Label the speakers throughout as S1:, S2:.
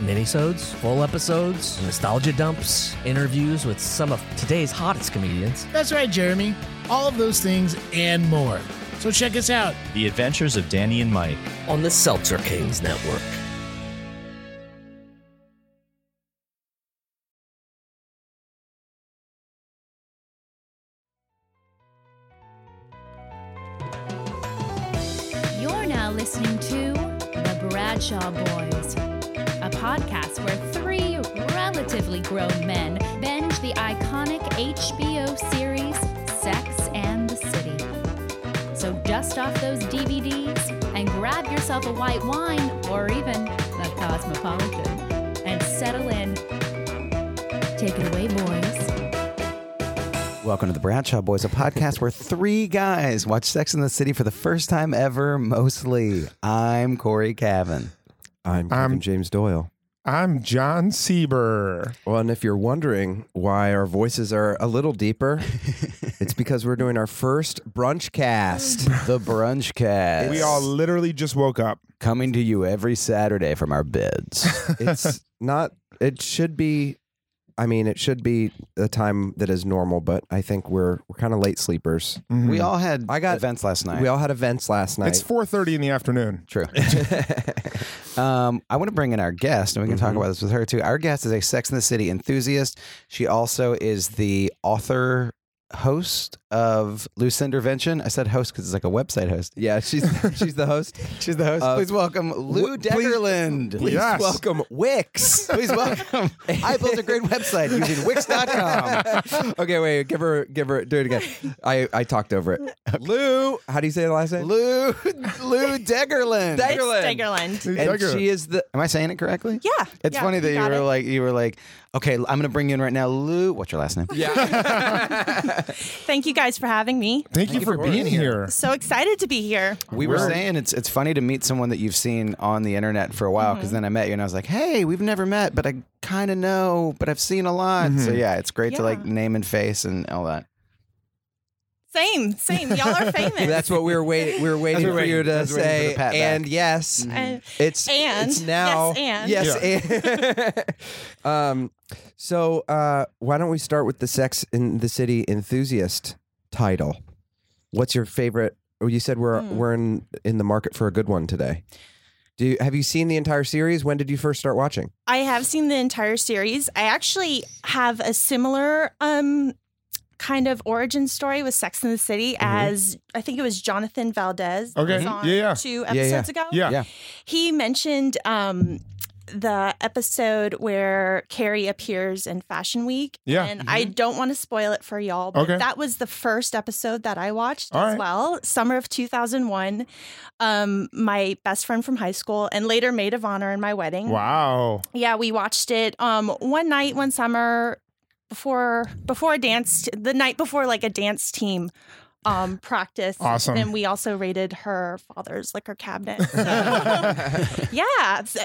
S1: minisodes, full episodes, nostalgia dumps, interviews with some of today's hottest comedians.
S2: That's right, Jeremy. All of those things and more. So check us out.
S3: The Adventures of Danny and Mike.
S1: on the Seltzer Kings Network.
S4: You're now listening to The Bradshaw Boys, a podcast where three relatively grown men binge the iconic HBO series Sex and the City. So dust off those DVDs and grab yourself a white wine or even a cosmopolitan and settle in. Take it away, boys.
S5: Welcome to the Bradshaw Boys, a podcast where three guys watch Sex in the City for the first time ever, mostly. I'm Corey Cavan. Um,
S6: I'm Kevin
S7: I'm-
S6: James Doyle.
S7: I'm John Sieber.
S6: Well, and if you're wondering why our voices are a little deeper, it's because we're doing our first brunch cast.
S5: The Brunch Cast.
S7: We all literally just woke up.
S5: coming to you every Saturday from our beds.
S6: It's not, it should be, I mean, it should be a time that is normal, but I think we're, we're kind of late sleepers.
S5: we all had
S6: Mm-hmm. I got-
S5: events last night.
S6: We all had events last night.
S7: It's 4:30 in the afternoon.
S5: True. um, I want to bring in our guest, and we can talk about this with her too. Our guest is a Sex in the City enthusiast. She also is the author host of Loose Intervention. I said host because it's like a website host.
S6: yeah, she's she's the host.
S5: She's the host.
S6: Uh,
S5: please welcome Lou
S6: w- please-
S5: Deckerland.
S6: Please
S7: Yes.
S6: welcome Wix.
S5: Please welcome. I built a great website using Wix.com.
S6: okay, wait, give her, give her, do it again. I, I talked over it. Lou, how do you say the last name?
S5: Lou Lou Deckerland.
S8: Stegerland.
S6: And she is the
S5: Am I saying it correctly?
S8: Yeah.
S5: It's
S8: Yeah,
S5: funny that you
S8: got
S5: were
S8: it.
S5: like you were like, okay, I'm gonna bring you in right now, Lou. What's your last name?
S6: Yeah.
S8: Thank you guys for having me.
S7: Thank, you for being here.
S8: So excited to be here.
S5: We were saying it's it's funny to meet someone that you've seen on the internet for a while
S8: Mm-hmm.
S5: because then I met you and I was like, hey, we've never met, but I kind of know, but I've seen a lot. So yeah, it's great to
S8: Yeah.
S5: like name and face and all that.
S8: Same, same. Y'all are famous.
S6: That's what we were waiting. We were waiting
S5: what
S6: for
S5: we're
S6: you
S5: waiting-
S6: to
S5: that's what we're waiting for
S6: say.
S5: the pat back. Mm-hmm.
S6: And yes,
S8: And-
S6: it's
S8: and,
S6: it's now.
S8: yes,
S6: yes, and. um, so uh, why don't we start with the Sex in the City enthusiast title? What's your favorite? Oh, you said we're
S8: Hmm.
S6: we're in in the market for a good one today. Do you, have you seen the entire series? When did you first start watching?
S8: I have seen the entire series. I actually have a similar um, kind of origin story with Sex in the City as I think it was Jonathan Valdez. that
S7: Mm-hmm. Okay. Mm-hmm.
S8: was on
S7: Yeah, yeah.
S8: Two
S6: yeah.
S8: episodes ago.
S7: Yeah.
S5: Yeah.
S8: He mentioned um, the episode where Carrie appears in Fashion Week.
S7: Yeah. Mm-hmm.
S8: And I don't want to spoil it for y'all, but
S7: Okay.
S8: that was the first episode that I watched
S7: All
S8: as
S7: right.
S8: well, summer of 2001. Um, my best friend from high school and later maid of honor in my
S7: Mm-hmm.
S8: wedding.
S7: Wow.
S8: Yeah, we watched it um, one night, one summer before before a dance, the night before like a dance team um, practice.
S7: Awesome.
S8: And we also raided her father's liquor cabinet. So, yeah. so,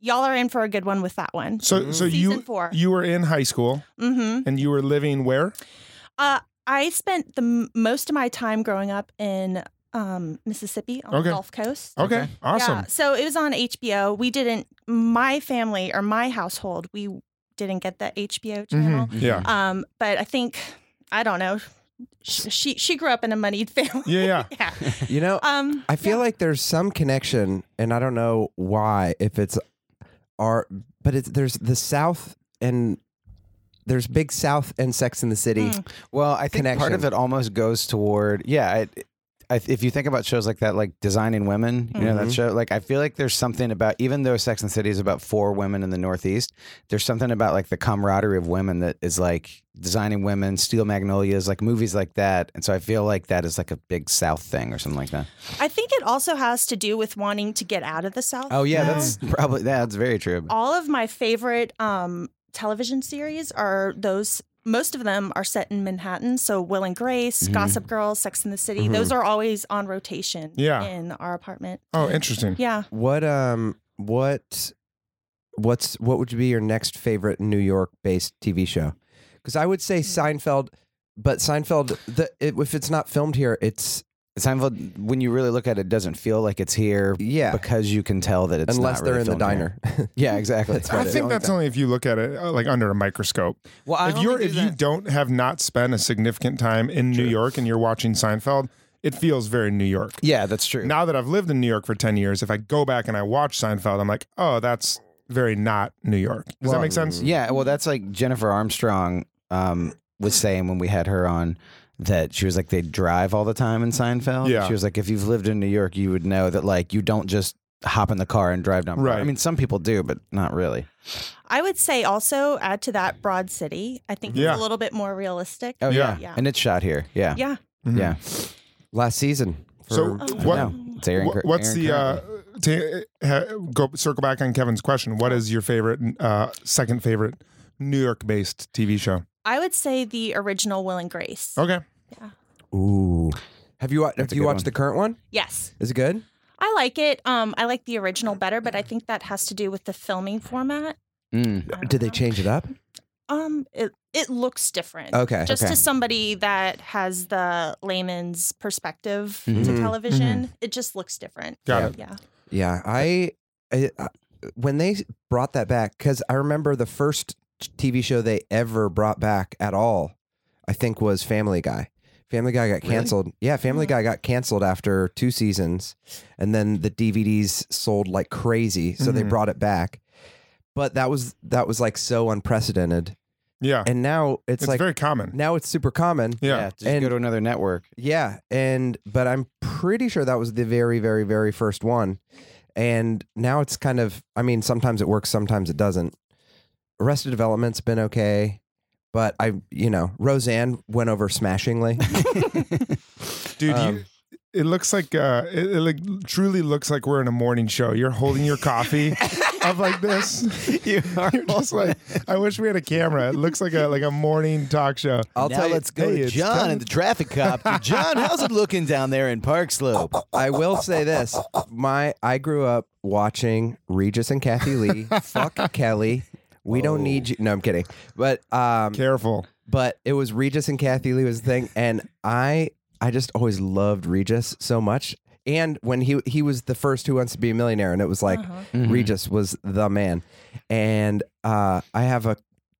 S8: y'all are in for a good one with that one.
S7: So so
S8: Season
S7: you
S8: four.
S7: you were in high school
S8: Mm-hmm.
S7: and you were living where?
S8: Uh, I spent the m- most of my time growing up in um, Mississippi on
S7: Okay.
S8: the Gulf Coast.
S7: Okay. Awesome.
S8: Yeah, so it was on HBO. We didn't. My family or my household, we didn't get the HBO channel.
S7: Mhm. Yeah.
S8: Um, but I think I don't know. She she, she grew up in a moneyed family.
S7: Yeah, yeah.
S8: yeah.
S6: You know,
S8: Um,
S6: I feel like there's some connection, and I don't know why. If it's our, but it's there's the South and there's Big South and Sex in the City.
S8: Hmm.
S5: Well, I think part
S6: Connection.
S5: of it almost goes toward yeah. It, I, if you think about shows like that, like Designing Women, you know that
S6: Mhm.
S5: show. Like I feel like there's something about even though Sex and the City is about four women in the Northeast, there's something about like the camaraderie of women that is like Designing Women, Steel Magnolias, like movies like that. And so I feel like that is like a big South thing or something like that.
S8: I think it also has to do with wanting to get out of the South.
S5: Oh yeah,
S8: you know?
S5: that's probably that's very true.
S8: all of my favorite um television series are those. Most of them are set in Manhattan. So Will and Grace,
S5: Mhm.
S8: Gossip Girl, Sex and the City.
S5: Mm-hmm.
S6: Mhm.
S8: Those are always on rotation.
S7: Yeah.
S8: In our apartment.
S7: Oh, interesting.
S8: Yeah.
S6: What um what what's what would be your next favorite New York based TV show? Because I would say
S5: Hmm.
S6: Seinfeld, but Seinfeld the it, if it's not filmed here, it's
S5: Seinfeld, when you really look at it, it doesn't feel like it's here
S6: yeah.
S5: because you can tell that it's
S6: unless
S5: not
S6: they're
S5: really
S6: in the
S5: filmed here.
S6: diner.
S5: Yeah, exactly.
S6: That's
S7: I
S6: what it is.
S7: think that's only if you look at it uh, like under a microscope.
S5: Well, I
S7: if
S5: only
S7: you're
S5: do
S7: if you
S5: that-
S7: don't have not spent a significant time in New York and you're watching Seinfeld, it feels very New York.
S5: yeah, that's true.
S7: Now that I've lived in New York for 10 years, if I go back and I watch Seinfeld, I'm like, "Oh, that's very not New York." Does that
S5: Well,
S7: make sense?
S5: Yeah, well, that's like Jennifer Armstrong um, was saying when we had her on that she was like they drive all the time in Seinfeld.
S7: Yeah.
S5: she was like if you've lived in New York, you would know that like you don't just hop in the car and drive down.
S7: Right.
S5: I mean, some people do, but not really.
S8: I would say also add to that Broad City. I think
S7: Yeah.
S8: it's a little bit more realistic.
S5: Oh yeah,
S7: Yeah.
S8: Yeah.
S5: and it's shot here. Yeah,
S8: Yeah.
S7: Mhm.
S5: yeah.
S6: Last season. For,
S7: So
S8: Oh.
S7: what
S5: No, it's Aaron.
S7: Wha-
S5: Cur-
S7: what's
S5: Aaron
S7: the uh,
S5: Curry.
S7: to, uh, go circle back on Kevin's question? What is your favorite, uh, second favorite New York based TV show?
S8: I would say the original Will and Grace.
S6: Oh.
S7: Okay,
S5: Oh.
S6: Ooh. Have you wa-
S5: That's
S6: have
S5: a
S6: you
S5: good
S6: watched
S5: one.
S6: the current one?
S8: Yes.
S6: Is it good?
S8: I like it. Um, I like the original better, but I think that has to do with the filming format.
S5: Mm.
S8: I don't
S6: Did they
S8: know.
S6: change it up?
S8: Um, it it looks different.
S6: Okay.
S8: Just
S5: okay.
S8: to somebody that has the layman's perspective
S5: Mhm.
S8: to television, it just looks different.
S7: Mm-hmm. got
S6: Mm-hmm. Yeah.
S7: it.
S8: Yeah.
S6: Yeah, I, I I- when they brought that back because I remember the first TV show they ever brought back at all, I think was Family Guy. Family Guy got canceled. Yeah, Family
S7: Mm-hmm.
S8: Mhm.
S6: Guy got canceled after two seasons, and then the DVDs sold like crazy, so they
S7: Mhm.
S6: brought it back. But that was that was like so unprecedented,
S7: Yeah,
S6: and now it's,
S7: Uh, it's,
S6: like
S7: very common.
S6: now it's super common.
S7: Yeah.
S5: Yeah, just
S6: And-
S5: go to another network.
S6: Yeah, and but I'm pretty sure that was the very, very, very first one, and now it's kind of. I mean, sometimes it works, sometimes it doesn't. Arrested Development's been okay, but I, you know, Roseanne went over smashingly.
S7: dude.
S6: Um,
S7: you, it looks like uh, it, it like truly looks like we're in a morning show. You're holding your coffee up like this.
S5: you are
S7: You're just like, I wish we had a camera. It looks like a like a morning talk show.
S6: I'll
S5: now
S6: tell you-
S5: let's go
S7: hey,
S5: to
S7: it's
S5: John
S7: time-
S5: and the traffic cop. John, how's it looking down there in Park Slope?
S6: I will say this: my I grew up watching Regis and Kathy Lee. Fuck Kelly. We don't need you. No, I'm kidding. But um,
S7: Careful.
S6: but it was Regis and Kathy Lee was the thing, and I I just always loved Regis so much. And when he he was the first Who Wants to Be a Millionaire, and it was like
S8: Uh-huh.
S5: Mhm.
S6: Regis was the man. And uh, I have a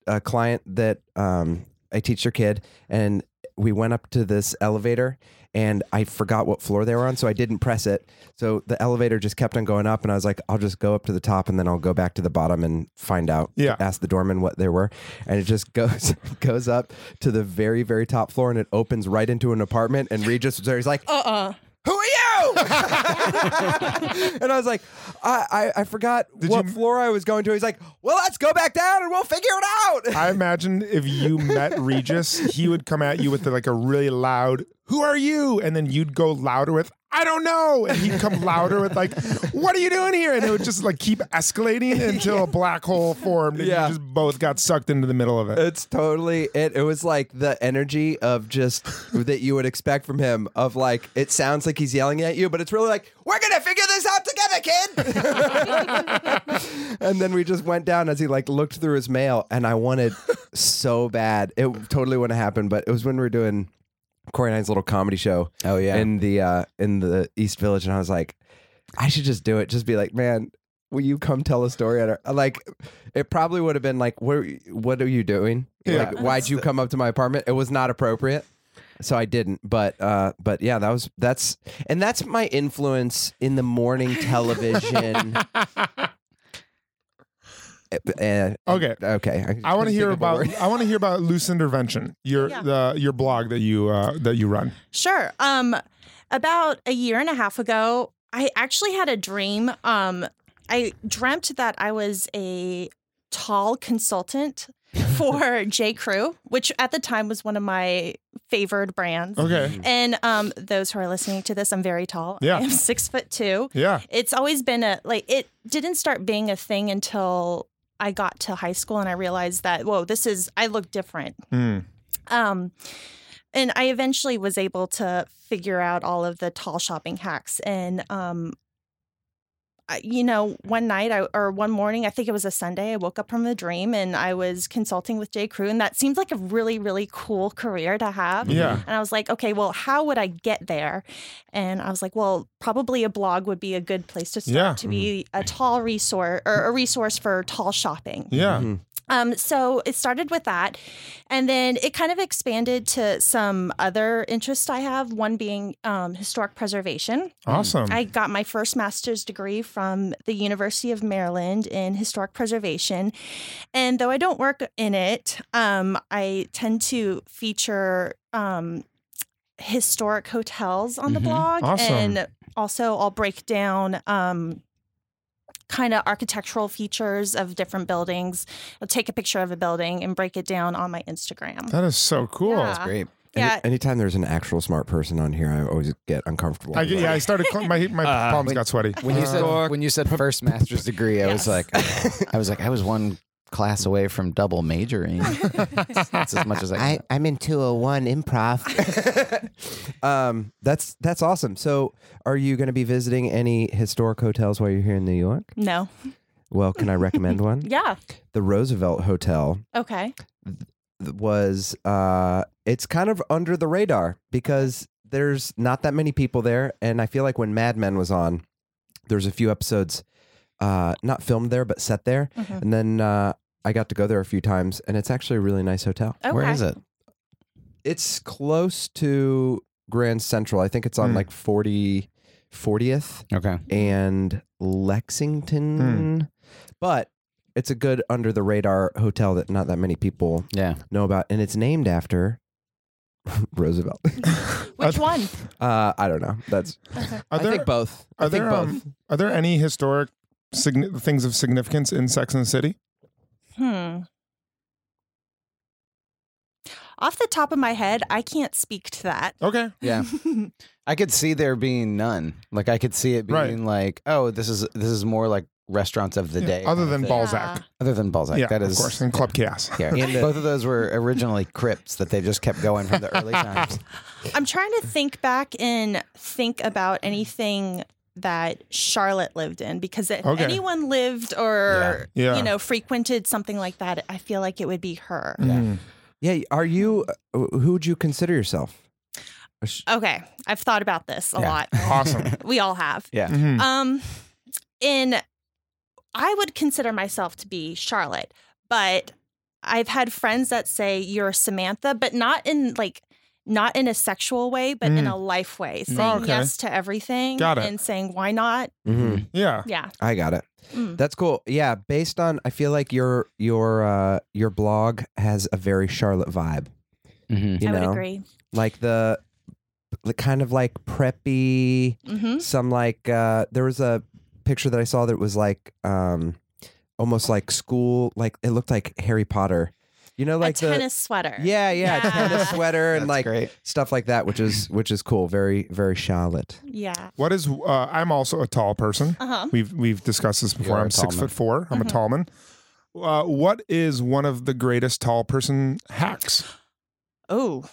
S6: a client that um, I teach their kid, and we went up to this elevator, and I forgot what floor they were on, so I didn't press it. So the elevator just kept on going up, and I was like, I'll just go up to the top, and then I'll go back to the bottom and find out
S7: Yeah.
S6: asked the doorman what they were, and it just goes goes up to the very very top floor, and it opens right into an apartment. And Regis was there. He's like,
S8: Uh uh
S6: "Who are you?" and I was like, "I I, I forgot what
S7: you-
S6: floor I was going to." He's like, "Well, let's go back down, and we'll figure it out."
S7: I imagine if you met Regis, he would come at you with like a really loud, "Who are you?" and then you'd go louder with, "I don't know," and he'd come louder with like, "What are you doing here?" and it would just like keep escalating until a black hole formed and
S6: Yeah.
S7: you just both got sucked into the middle of it.
S6: It's totally it. It was like the energy of just that you would expect from him. Of like, it sounds like he's yelling at you, but it's really like, "We're gonna figure this out together, kid." and then we just went down as he like looked through his mail, and I wanted so bad. It totally wouldn't happen, but it was when we were doing Corey and I's little comedy show.
S5: Oh, yeah.
S6: in the uh, in the East Village, and I was like, I should just do it. Just be like, man, will you come tell a story at our like? It probably would have been like, what What are you doing?
S7: Yeah.
S6: Like, why'd you come up to my apartment? It was not appropriate, so I didn't. But uh, but yeah, that was that's and that's my influence in the morning television. Uh,
S7: Okay.
S6: Okay.
S7: I want to hear
S6: couldn't think of a
S7: about
S6: word.
S7: I want to hear about loose intervention. Your
S8: Yeah.
S7: the your blog that you uh, that you run.
S8: Sure. Um, about a year and a half ago, I actually had a dream. Um, I dreamt that I was a tall consultant for J. Crew, which at the time was one of my favored brands.
S7: Okay.
S8: And um, those who are listening to this, I'm very tall.
S7: Yeah.
S8: I am six foot two.
S7: Yeah.
S8: It's always been a like it didn't start being a thing until I got to high school and I realized that, whoa, this is, I look different.
S7: Mm.
S8: Um, and I eventually was able to figure out all of the tall shopping hacks. And, um, I, you know, one night I, or one morning, I think it was a Sunday, I woke up from a dream and I was consulting with J. Crew. And that seemed like a really, really cool career to have.
S7: Yeah.
S8: And I was like, okay, well, how would I get there? And I was like, well, probably a blog would be a good place to start
S7: Yeah.
S8: to be a tall resource or a resource for tall shopping.
S7: Yeah.
S6: Mm-hmm.
S8: Um, so it started with that. And then it kind of expanded to some other interests I have, one being um, historic preservation.
S7: Awesome.
S8: I got my first master's degree from the University of Maryland in historic preservation. And though I don't work in it, um, I tend to feature um, historic hotels on the
S3: Mhm.
S5: Mm-hmm.
S8: blog.
S7: Awesome.
S8: And also, I'll break down. Um, Kind of architectural features of different buildings. I'll take a picture of a building and break it down on my Instagram.
S7: that is so cool.
S8: Yeah.
S5: Great.
S6: Any-
S8: Uh, Yeah.
S6: anytime there's an actual smart person on here, I always get uncomfortable.
S7: I, yeah, I started. cl- My my
S1: Uh,
S7: palms
S5: when-
S7: got sweaty.
S5: When you
S7: Uh,
S5: said when you said first master's degree, I was
S8: Yes.
S5: like, I was like, I was one class away from double majoring. That's as much as I.
S6: I, I'm in 201 improv. um, that's that's awesome. So, are you going to be visiting any historic hotels while you're here in New York?
S8: No.
S6: Well, can I recommend one?
S8: Yeah.
S6: The Roosevelt Hotel
S8: Okay.
S6: th- was uh, it's kind of under the radar because there's not that many people there, and I feel like when Mad Men was on, there's a few episodes uh, not filmed there but set there,
S8: Mhm.
S6: and then uh, I got to go there a few times, and it's actually a really nice hotel.
S8: Okay.
S5: Where is it?
S6: it's close to Grand Central. I think it's on
S7: Hmm.
S6: like 40, 40th
S5: Okay.
S6: and Lexington. But it's a good under the radar hotel that not that many people
S5: Yeah.
S6: know about. And it's named after Roosevelt.
S8: Which one?
S6: Uh, I don't know. That's
S7: are
S6: I
S7: there
S6: think both. I
S7: are
S6: think
S7: there,
S6: both.
S7: um, are there any historic signi- things of significance in Sex and the City?
S8: Hmm. Off the top of my head, I can't speak to that.
S7: Okay.
S5: Yeah. I could see there being none. Like I could see it being
S7: Right.
S5: like, oh, this is this is more like restaurants of the
S7: Yeah,
S5: day.
S7: other
S5: kind of
S7: than
S5: thing.
S7: Balzac.
S5: Other than Balzac.
S7: yeah,
S5: that is
S7: of course, and Club Chaos.
S5: Yeah. Both of those were originally crypts that they just kept going from the early times.
S8: I'm trying to think back and think about anything that Charlotte lived in because if
S7: Okay.
S8: anyone lived or
S7: Yeah. Yeah.
S8: you know frequented something like that, I feel like it would be her.
S7: Mm.
S6: Yeah. Are you, uh, who would you consider yourself? A sh-
S8: Okay, I've thought about this a
S5: Yeah.
S8: lot.
S7: Awesome.
S8: We all have.
S5: Yeah.
S7: Mhm.
S8: Um, in I would consider myself to be Charlotte, but I've had friends that say you're Samantha, but not in like not in a sexual way, but in
S7: Mm.
S8: a life way, saying
S7: okay.
S8: yes to everything
S7: Got it.
S8: and saying why not?
S6: Mhm.
S7: Yeah.
S8: Yeah.
S6: I got it.
S7: Hmm.
S8: Mm.
S6: That's cool. Yeah, based on I feel like your your uh your blog has a very Charlotte vibe,
S5: Mm-hmm.
S6: you
S8: I
S6: know.
S8: would agree.
S6: Like the the kind of like preppy
S8: Mm-hmm.
S6: some like uh there was a picture that I saw that was like um almost like school like it looked like Harry Potter. You know like
S8: a
S6: the
S8: tennis sweater.
S6: Yeah, yeah,
S8: Yeah.
S6: tennis sweater and like
S5: great.
S6: stuff like that which is which is cool, very very Charlotte.
S8: Yeah.
S7: What is? Uh, I'm also a tall person.
S8: Uh-huh.
S7: We've we've discussed this before.
S5: You're a
S7: I'm six
S5: tall man.
S7: foot four. am a
S8: Mhm.
S7: tall man. Uh, what is one of the greatest tall person hacks?
S8: Oh.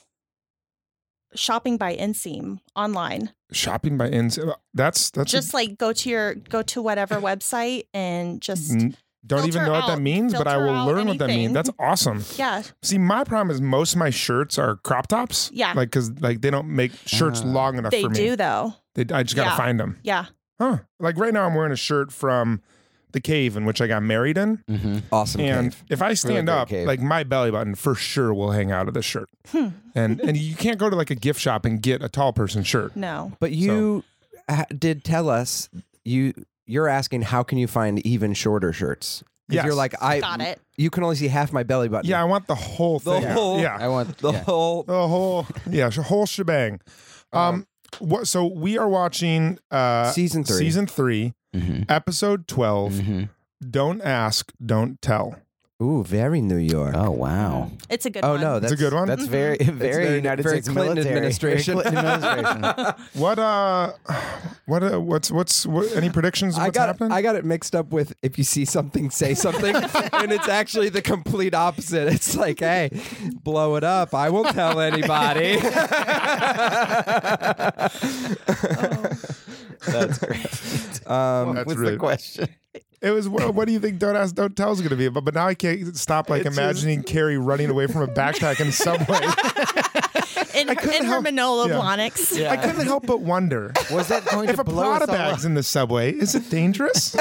S8: Shopping by inseam online.
S7: Shopping by ends. That's that's
S8: Just like go to your go to whatever website and just
S7: N- don't even
S8: filter
S7: know what that
S8: out-
S7: means, but I
S8: filter
S7: will
S8: out
S7: learn what that means.
S8: anything.
S7: That's awesome.
S8: yeah.
S7: See, my problem is most of my shirts are crop tops.
S8: Yeah.
S7: Like, cause like they don't make shirts
S5: Ah.
S7: long enough
S8: They
S7: for me.
S8: do though.
S7: They, I just gotta
S8: Yeah.
S7: find them.
S8: Yeah.
S7: Huh. Like right now, I'm wearing a shirt from the cave in which I got married in.
S5: Mm-hmm.
S6: Awesome.
S7: and
S6: cave.
S7: if I stand
S5: great
S7: up,
S5: cave.
S7: like my belly button for sure will hang out of this shirt.
S8: Hmm.
S7: And and you can't go to like a gift shop and get a tall person shirt.
S8: No.
S6: But you ha- did tell us you you're asking how can you find even shorter shirts? 'Cause
S7: Yes.
S6: You're like I
S8: Got it.
S6: You can only see half my belly button.
S7: Yeah, I want the whole
S6: the
S7: thing.
S6: whole
S7: yeah.
S5: I want
S6: the
S5: yeah.
S6: whole
S7: The whole yeah, sh- whole shebang. Um, what? So we are watching uh
S6: season three.
S7: season three,
S5: Mhm.
S7: episode 12 do
S5: Mhm.
S7: Don't ask, don't tell.
S6: Ooh, very New York.
S5: Oh wow.
S8: It's a good
S6: Oh
S8: one.
S6: no,
S7: That's
S6: that's
S7: a good one.
S5: That's very, very,
S6: very-
S5: United
S6: very
S5: States
S6: Clinton
S5: military.
S6: administration.
S5: Very Clinton administration.
S7: What uh, what uh, what's what's what, any predictions? Of
S6: I
S7: what's
S6: got
S7: happening?
S6: I got it mixed up with if you see something, say something, and it's actually the complete opposite. It's like, hey, blow it up. I won't tell anybody.
S5: That's great. Um,
S7: That's
S5: what's
S7: really-
S5: the question?
S7: It was what, what do you think? Don't ask, don't tell is going to be about? But now I can't stop like
S5: It's
S7: imagining Carrie running away from a backpack in some way.
S8: in, in her
S7: help-
S8: Manolo
S7: yeah.
S8: Blahniks.
S7: I couldn't help but wonder
S5: Was that going
S7: if
S5: to
S7: a
S5: blow
S7: Prada
S5: us all up?
S7: bag's in the subway, is it dangerous?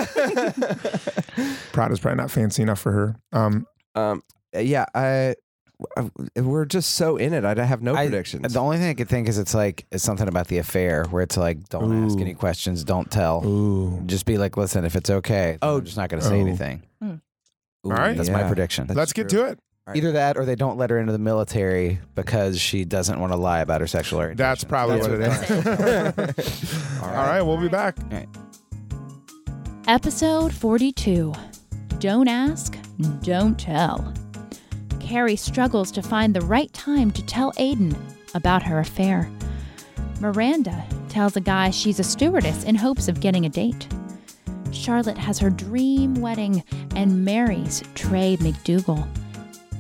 S7: Prada's probably not fancy enough for her. Um,
S6: um, yeah, I, I- we're just so in it. I don't have no
S5: I-
S6: predictions.
S5: The only thing I could think is it's like it's something about the affair where it's like don't ask any questions, don't tell,
S7: ooh,
S5: just be like, listen, if it's okay, oh,
S6: Oh,
S5: I'm just not going to say
S7: oh.
S5: anything.
S8: Mm.
S7: All right.
S5: that's my
S6: Yeah.
S5: prediction.
S7: let's get to it.
S5: Either that, or they don't let her into the military because she doesn't want to lie about her sexual orientation.
S7: That's probably
S5: That's
S7: what it
S5: what
S7: is.
S5: All
S7: All right, we'll be back.
S4: Episode 42 Don't Ask, Don't Tell. Carrie struggles to find the right time to tell Aiden about her affair. Miranda tells a guy she's a stewardess in hopes of getting a date. Charlotte has her dream wedding and marries Trey McDougal.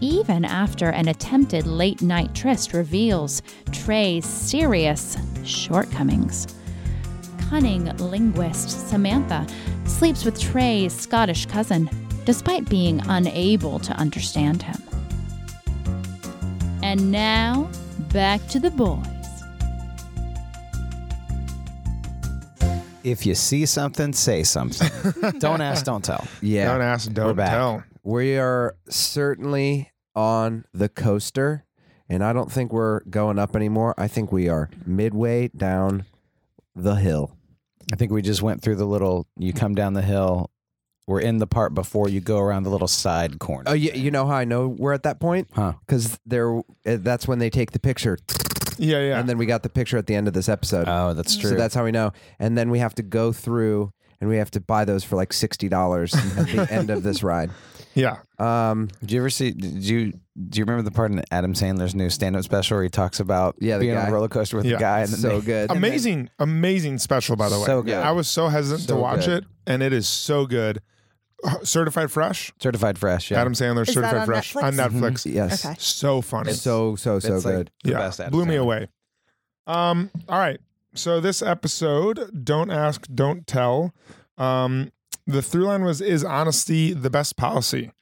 S4: Even after an attempted late night tryst reveals Trey's serious shortcomings cunning linguist Samantha sleeps with Trey's Scottish cousin, despite being unable to understand him. And now, back to the boys.
S5: If you see something, say something. don't ask, don't tell.
S6: yeah,
S7: Don't ask, don't
S5: back.
S7: tell.
S6: we are certainly on the coaster and i don't think we're going up anymore i think we are midway down the hill
S5: I think we just went through the little. You come down the hill. We're in the part before you go around the little side corner.
S6: oh yeah you know how i know we're at that point
S5: Huh.
S6: because they're uh, that's when they take the picture
S7: Yeah, yeah.
S6: and then we got the picture at the end of this episode
S5: Oh, that's true.
S6: so Ah. that's how we know and then we have to go through and we have to buy those for like $60 at the end of this ride
S7: yeah.
S6: um
S5: Did you ever see? Did you do you remember the part in Adam Sandler's new stand-up special where he talks about
S6: Yeah, the
S5: being on
S6: guy.
S5: a roller coaster with
S7: Yeah.
S5: the guy and then
S6: so
S5: they-
S6: good
S7: Amazing, amazing special, by the way.
S5: So good.
S7: I was so hesitant
S5: So
S7: to watch
S5: good.
S7: it, and it is so good. Uh, Certified Fresh,
S5: certified fresh. Yeah, Mm-hmm.
S7: Adam Sandler,
S8: that
S7: Certified
S8: on
S7: Fresh
S8: Netflix?
S7: on Netflix.
S6: yes
S8: Okay.
S7: So funny.
S6: so so so
S5: It's like
S6: good
S5: the
S7: yeah,
S5: best Adam
S7: blew me
S5: Sandler.
S7: away. Um, all right. So this episode, don't ask, don't tell. Um, the through line was is honesty the best policy.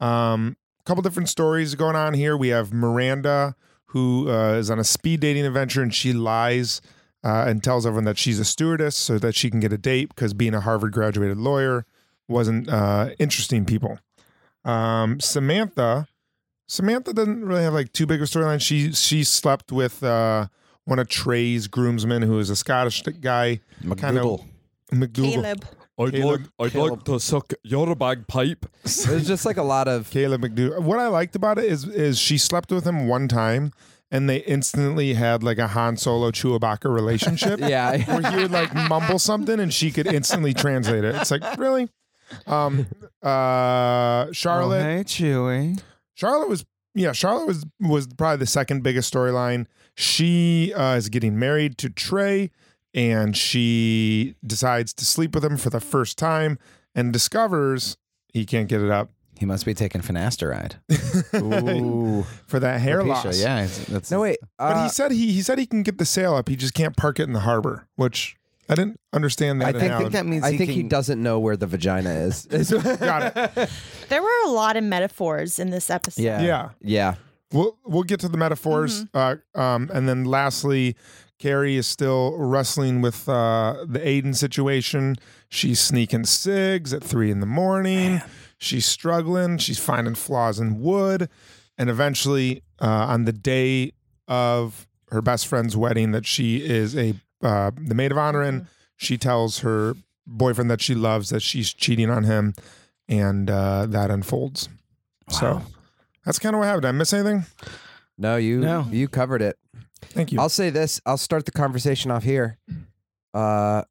S7: Um, a couple different stories going on here. We have Miranda who uh, is on a speed dating adventure and she lies uh, and tells everyone that she's a stewardess so that she can get a date because being a Harvard graduated lawyer wasn't uh, interesting people. Um, Samantha, Samantha doesn't really have like too big of a storyline. She she slept with uh, one of Trey's groomsmen, who is a Scottish guy, kind of McDougal.
S8: Caleb.
S9: I'd
S7: Caleb-
S9: like I'd like to suck your bagpipe.
S6: there's just like a lot of
S7: Caleb McDougal. What I liked about it is is she slept with him one time, and they instantly had like a Han Solo Chewbacca relationship.
S6: yeah
S7: where he would like mumble something and she could instantly translate it. It's like really, um, uh,
S6: Oh,
S7: Charlotte.
S5: hey, Chewy.
S7: Charlotte was yeah, Charlotte was was probably the second biggest storyline. She uh, is getting married to Trey, and she decides to sleep with him for the first time, and discovers he can't get it up
S5: He must be taking finasteride.
S6: Ooh.
S7: for that hair
S5: Alopecia,
S7: loss.
S5: Yeah, it's- that's
S6: No wait.
S7: but
S6: uh,
S7: he said he he said he can get the sail up. He just can't park it in the harbor, which I didn't understand that.
S5: I think,
S7: analogy.
S5: that means
S6: I think he doesn't know where the vagina is.
S7: Got it.
S8: There were a lot of metaphors in this episode.
S5: Yeah.
S7: Yeah.
S6: yeah.
S7: We'll we'll get to the metaphors, uh, um, and then lastly, Carrie is still wrestling with uh, the Aiden situation. She's sneaking cigs at three in the morning. She's struggling. She's finding flaws in wood, and eventually, uh, on the day of her best friend's wedding, that she is a uh, the maid of honor in, she tells her boyfriend that she loves that she's cheating on him, and uh, that unfolds. So. That's kind of what happened. Did I miss anything?
S6: No, you
S5: No.
S6: you covered it.
S7: Thank you.
S6: I'll say this. I'll start the conversation off here. Uh,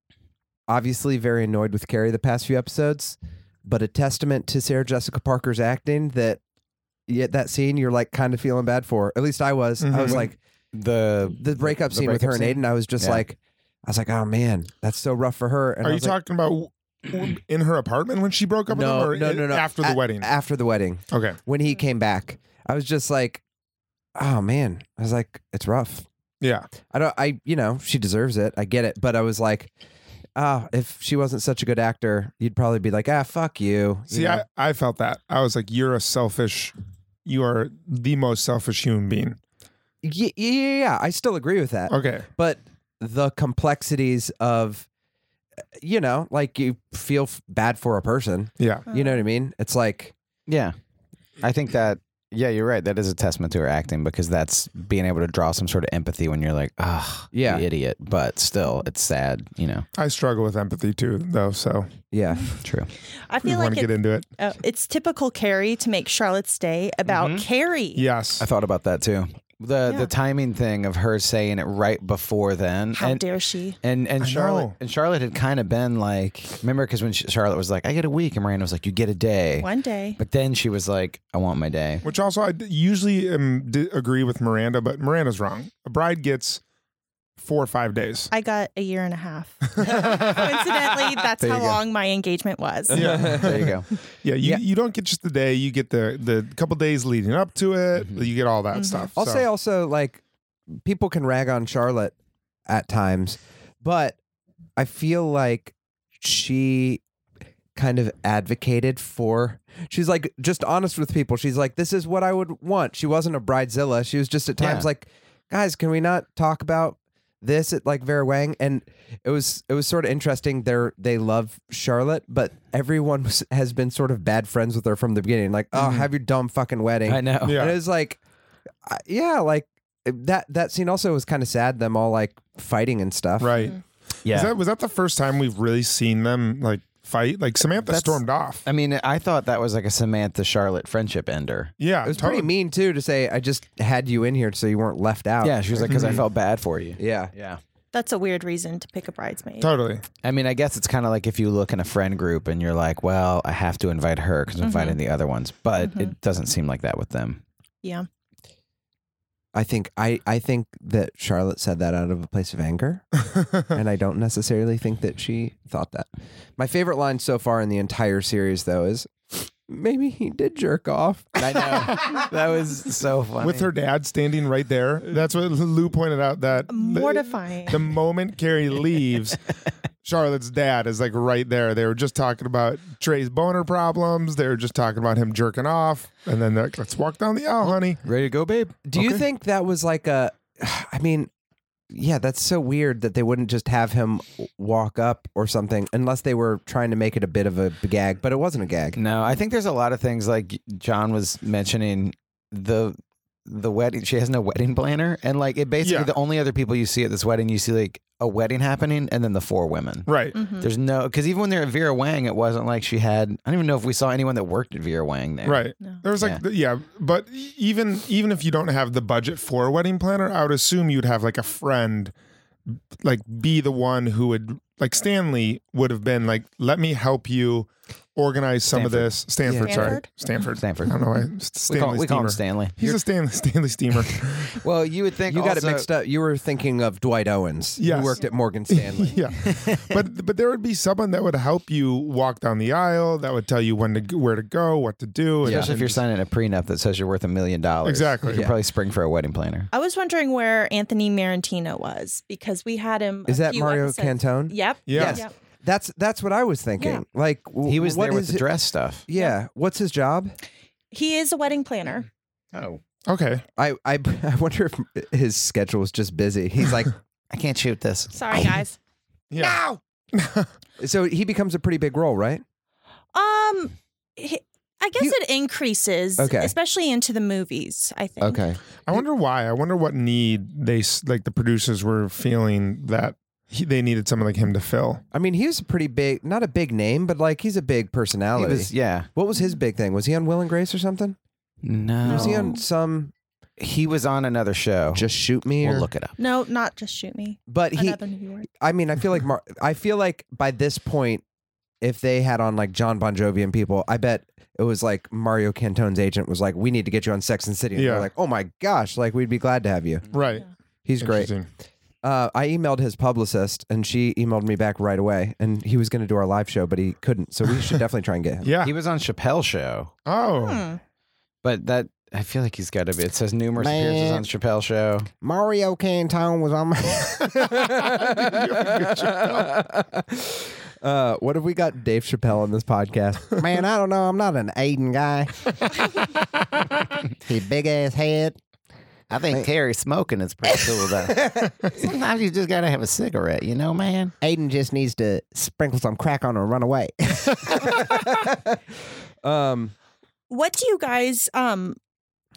S6: obviously, very annoyed with Carrie the past few episodes. but a testament to Sarah Jessica Parker's acting that yeah, that scene you're like kind of feeling bad for. At least I was. I was
S7: Mhm.
S6: like
S5: The
S6: the breakup
S5: The
S6: scene with her
S5: breakup
S6: and
S5: scene?
S6: Aiden. I was just
S5: Yeah.
S6: like, I was like, oh man, that's so rough for her. And I
S7: Are you
S6: was like,
S7: talking about w- in her apartment when she broke up with him,
S6: No,
S7: or
S6: no,
S7: i-
S6: no, no.
S7: after the
S6: A-
S7: wedding?
S6: After the wedding,
S7: okay.
S6: when he came back, I was just like, oh man. I was like, it's rough.
S7: Yeah.
S6: I don't. I you know she deserves it. I get it, but I was like, ah, if she wasn't such a good actor, you'd probably be like, ah, fuck you. you
S7: See,
S6: know?
S7: I, I felt that. I was like, you're a selfish, you are the most selfish human being.
S6: Ye- yeah, yeah, yeah. I still agree with that,
S7: Okay.
S6: but the complexities of, you know, like you feel f- bad for a person.
S7: Yeah.
S6: You know what I mean? It's like,
S5: yeah, I think that yeah, you're right. That is a testament to her acting because that's being able to draw some sort of empathy when you're like, ah,
S6: Yeah.
S5: you idiot. But still, it's sad, you know.
S7: I struggle with empathy too, though. So
S6: yeah,
S5: True.
S8: I
S7: we
S8: feel
S7: want
S8: like
S7: to
S8: it,
S7: get into it.
S8: uh, it's typical Carrie to make Charlotte's day about Carrie.
S7: Yes.
S5: I thought about that too. The
S8: Yeah.
S5: the timing thing of her saying it right before then.
S8: How
S5: and,
S8: dare she?
S5: And and
S7: I
S5: Charlotte
S7: know.
S5: and Charlotte had kind of been like, remember, because when Sh- Charlotte was like, "I get a week," and Miranda was like, "You get a day,"
S8: One day.
S5: but then she was like, "I want my day."
S7: Which also, I d- usually um, d- agree with Miranda, but Miranda's wrong. A bride gets four or five days.
S8: I got a year and a half. Coincidentally, that's
S5: There you
S8: how
S5: go.
S8: long my engagement was.
S5: there you
S7: yeah.
S5: go.
S7: yeah, you,
S6: Yeah.
S7: you don't get just the day, you get the, the couple days leading up to it. You get all that
S8: Mhm.
S7: stuff.
S6: Mm-hmm. I'll
S7: So-
S6: say also like people can rag on Charlotte at times, but I feel like she kind of advocated for she's like just honest with people. She's like, this is what I would want. She wasn't a bridezilla. She was just at times
S5: Yeah.
S6: like, guys, can we not talk about this at like Vera Wang? And it was it was sort of interesting. They're they love Charlotte, but everyone was, has been sort of bad friends with her from the beginning. Like, oh, have your dumb fucking wedding.
S5: Mm-hmm. I know.
S7: Yeah.
S6: And it was like, I- yeah, like uh, that that scene also was kind of sad. Them all like fighting and stuff.
S7: Right.
S5: Yeah.
S7: Is that, was that the first time we've really seen them like fight? Like Samantha
S5: That's-
S7: stormed off.
S5: I mean, I thought that was like a Samantha Charlotte friendship ender.
S7: yeah.
S6: It was
S7: totally.
S6: pretty mean too to say I just had you in here so you weren't left out.
S5: Yeah, she was like, "Cause I
S7: Mm-hmm.
S5: felt bad for you."
S6: Yeah.
S5: Oh. Yeah.
S8: That's a weird reason to pick a bridesmaid.
S7: Totally.
S5: I mean, I guess it's kind of like if you look in a friend group and you're like, "Well, I have to invite her because I'm inviting the other ones," but it doesn't seem like that with them.
S8: Yeah.
S6: I think I I think that Charlotte said that out of a place of anger, and I don't necessarily think that she thought that. My favorite line so far in the entire series though is. Maybe he did jerk off.
S5: I know that was so funny
S7: With her dad standing right there. That's what Lou pointed out that
S8: Mortifying.
S7: the, the moment Carrie leaves, Charlotte's dad is like right there. They were just talking about Trey's boner problems. They were just talking about him jerking off. And then they're like, let's walk down the aisle, honey.
S5: Ready to go, babe?
S6: Do you think that was like a? I mean, yeah, that's so weird that they wouldn't just have him walk up or something, unless they were trying to make it a bit of a gag. But it wasn't a gag.
S5: No, I think there's a lot of things like John was mentioning the the wedding she has no wedding planner and like it basically
S7: Yeah.
S5: the only other people you see at this wedding you see like a wedding happening and then the four women
S7: Right.
S5: there's no because even when they're at vera wang it wasn't like she had i don't even know if we saw anyone that worked at vera wang there
S7: Right.
S8: No.
S7: There was like, the- yeah. But e- even even if you don't have the budget for a wedding planner, I would assume you'd have like a friend, like be the one who would like Stanley would have been like, let me help you organize some of
S5: Stanford.
S7: this. Stanford,
S8: Yeah.
S7: sorry, Stanford,
S8: Stanford?
S5: Stanford.
S7: I don't know why.
S5: we call,
S7: Stanley
S5: we call him
S7: Steamer.
S5: stanley
S7: He's a Stanley, Stanley Steamer.
S5: well you would think
S6: You got it mixed up. You were thinking of Dwight Owens.
S7: Yes.
S6: Who worked at Morgan Stanley.
S7: yeah, but but there would be someone that would help you walk down the aisle. That would tell you when to g- where to go, what to do. and-
S5: especially if you're signing a prenup that says you're worth a million dollars
S7: Exactly.
S5: you could
S7: Yeah.
S5: probably spring for a wedding planner
S8: I was wondering where Anthony Marantino was because we had him. a
S6: Is that
S8: few
S6: Mario
S8: episodes-
S6: Cantone?
S8: Yep.
S7: Yeah.
S6: Yes.
S8: Yep.
S6: That's that's what I was thinking.
S8: Yeah.
S6: Like w-
S5: he was
S6: what
S5: there with
S6: is
S5: the
S6: it-
S5: dress stuff
S6: Yeah. What's his job?
S8: He is a wedding planner.
S5: oh
S7: Okay,
S6: I, I I wonder if his schedule is just busy. He's like,
S5: i can't shoot this
S6: Oh.
S8: Sorry, guys.
S7: yeah,
S6: so he becomes a pretty big role, right?
S8: um, he- I guess
S6: You-
S8: it increases,
S6: Okay.
S8: especially into the movies. I think.
S7: I wonder why. I wonder what need they s- like the producers were feeling that he, they needed someone like him to fill.
S6: I mean, he was a pretty big, not a big name, but like he's a big
S5: He
S6: personality.
S5: was, yeah
S6: What was his big thing? Was he on Will and Grace or something?
S5: No.
S6: Was he on some
S5: He was on another show.
S6: Just Shoot Me?
S5: we'll
S6: or-
S5: look it up.
S8: No, not just shoot me.
S6: But he,
S8: Another New York.
S6: I mean, I feel like Mar- I feel like by this point, if they had on like John Bon Jovi and people, I bet it was like Mario Cantone's agent was like, "We need to get you on Sex and City." And
S7: Yeah.
S6: they're like, "Oh my gosh, like we'd be glad to have you."
S7: Right.
S6: He's great.
S7: Interesting.
S6: Uh, I emailed his publicist, and she emailed me back right away. And he was going to do our live show, but he couldn't. So we should definitely try and get him.
S7: Yeah.
S5: He was on Chappelle's show,
S7: Oh.
S8: Hmm.
S5: but that I feel like he's got to be. It says numerous
S6: Man.
S5: appearances on Chappelle's show.
S6: Mario Cantone was on my. uh, what have we got Dave Chappelle on this podcast? Man, I don't know. I'm not an Aiden guy.
S10: His big ass head.
S5: I think Terry smoking is pretty cool though. Sometimes you just gotta have a cigarette, you know, man.
S10: Aiden just needs to sprinkle some crack on her and run away.
S6: Um,
S8: What do you guys um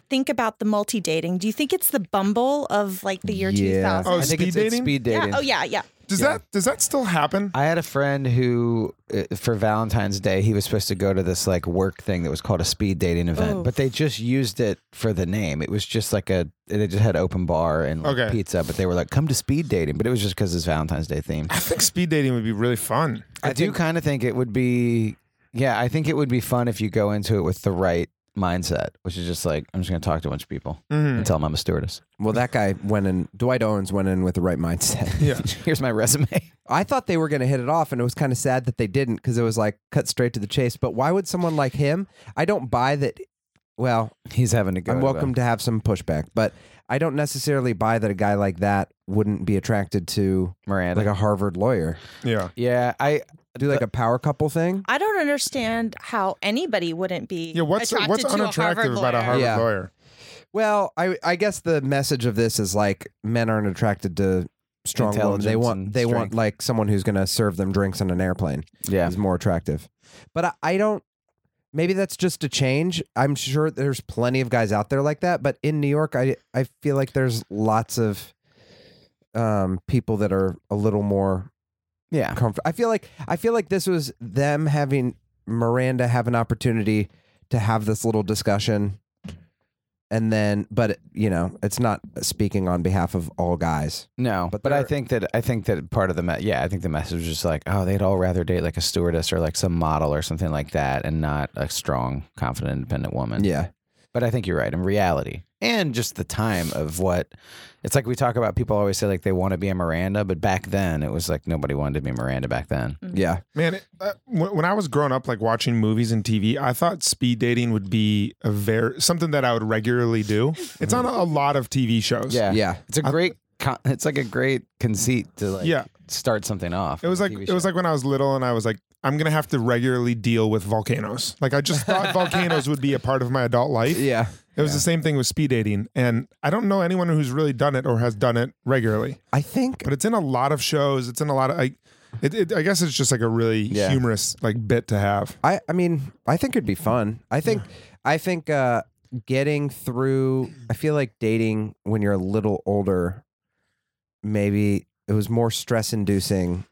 S8: think about the multi dating? Do you think it's the Bumble of like the year two
S6: Yeah.
S8: thousand?
S7: Oh,
S5: I think
S7: speed
S5: it's, it's
S7: dating.
S5: speed
S8: yeah.
S5: dating.
S8: Oh yeah, yeah.
S7: Does
S5: Yeah.
S7: that does that still happen?
S5: I had a friend who, uh, for Valentine's Day, he was supposed to go to this like work thing that was called a speed dating event,
S8: Oh.
S5: but they just used it for the name. It was just like a they just had open bar and like,
S7: Okay.
S5: pizza, but they were like, "Come to speed dating," but it was just because it's Valentine's Day themed.
S7: I think speed dating would be really fun.
S5: I, do kind of think it would be, yeah, I think it would be fun if you go into it with the right mindset, which is just like I'm just gonna talk to a bunch of people
S7: Mhm.
S6: Mm-hmm.
S5: and tell them I'm a stewardess.
S6: well, that guy went in. Dwight Owens went in with the right mindset.
S7: Yeah.
S5: Here's my resume.
S6: I thought they were going to hit it off, and it was kind of sad that they didn't because it was like cut straight to the chase. But why would someone like him? I don't buy that. Well,
S5: He's having to uh, go.
S6: I'm
S5: to a-
S6: welcome to have some pushback, but I don't necessarily buy that a guy like that wouldn't be attracted to
S5: Miranda.
S6: like a Harvard lawyer.
S7: Yeah.
S5: yeah, I
S6: Do
S5: Uh,
S6: like a power couple thing.
S8: I don't understand how anybody wouldn't be.
S7: Yeah. What's
S8: attracted
S7: what's
S8: to
S7: unattractive
S8: a
S7: about a Harvard
S6: Yeah.
S7: lawyer?
S6: Well, I I guess the message of this is like men aren't attracted to strong women. They
S5: Intelligence
S6: want
S5: and
S6: they want
S5: strength.
S6: like someone who's going to serve them drinks on an airplane.
S5: yeah.
S6: is more attractive. But I, I don't. Maybe that's just a change. I'm sure there's plenty of guys out there like that, but in New York, I I feel like there's lots of um, people that are a little more
S5: Yeah.
S6: comfortable. I feel like I feel like this was them having Miranda have an opportunity to have this little discussion, and then, but you know, it's not speaking on behalf of all guys.
S5: No,
S6: But
S5: but, I
S6: they're-
S5: think that I think that part of the me- yeah, I think the message was just like, oh, they'd all rather date like a stewardess or like some model or something like that, and not a strong, confident, independent woman.
S6: Yeah,
S5: But I think you're right in reality and just the time of what it's like. We talk about people always say like they want to be a Miranda, but back then it was like nobody wanted to be Miranda back then.
S6: yeah.
S7: Man, it, uh, when when I was growing up, like watching movies and TV, I thought speed dating would be a very something that I would regularly do. It's on a lot of TV shows.
S5: Yeah,
S6: Yeah.
S5: It's a great, con- it's like a great conceit to like
S7: Yeah.
S5: start something off.
S7: It was
S5: a
S7: like
S5: TV
S7: it was
S5: show.
S7: like when I was little and I was like, I'm gonna have to regularly deal with volcanoes. Like I just thought volcanoes would be a part of my adult life.
S6: Yeah,
S7: It was the same thing with speed dating, and I don't know anyone who's really done it or has done it regularly.
S6: I think
S7: But it's in a lot of shows. It's in a lot of. I, it, it, I guess it's just like a really
S5: Yeah.
S7: humorous like bit to have.
S6: I I mean, I think it'd be fun. I think I think uh getting through I feel like dating when you're a little older maybe it was more stress inducing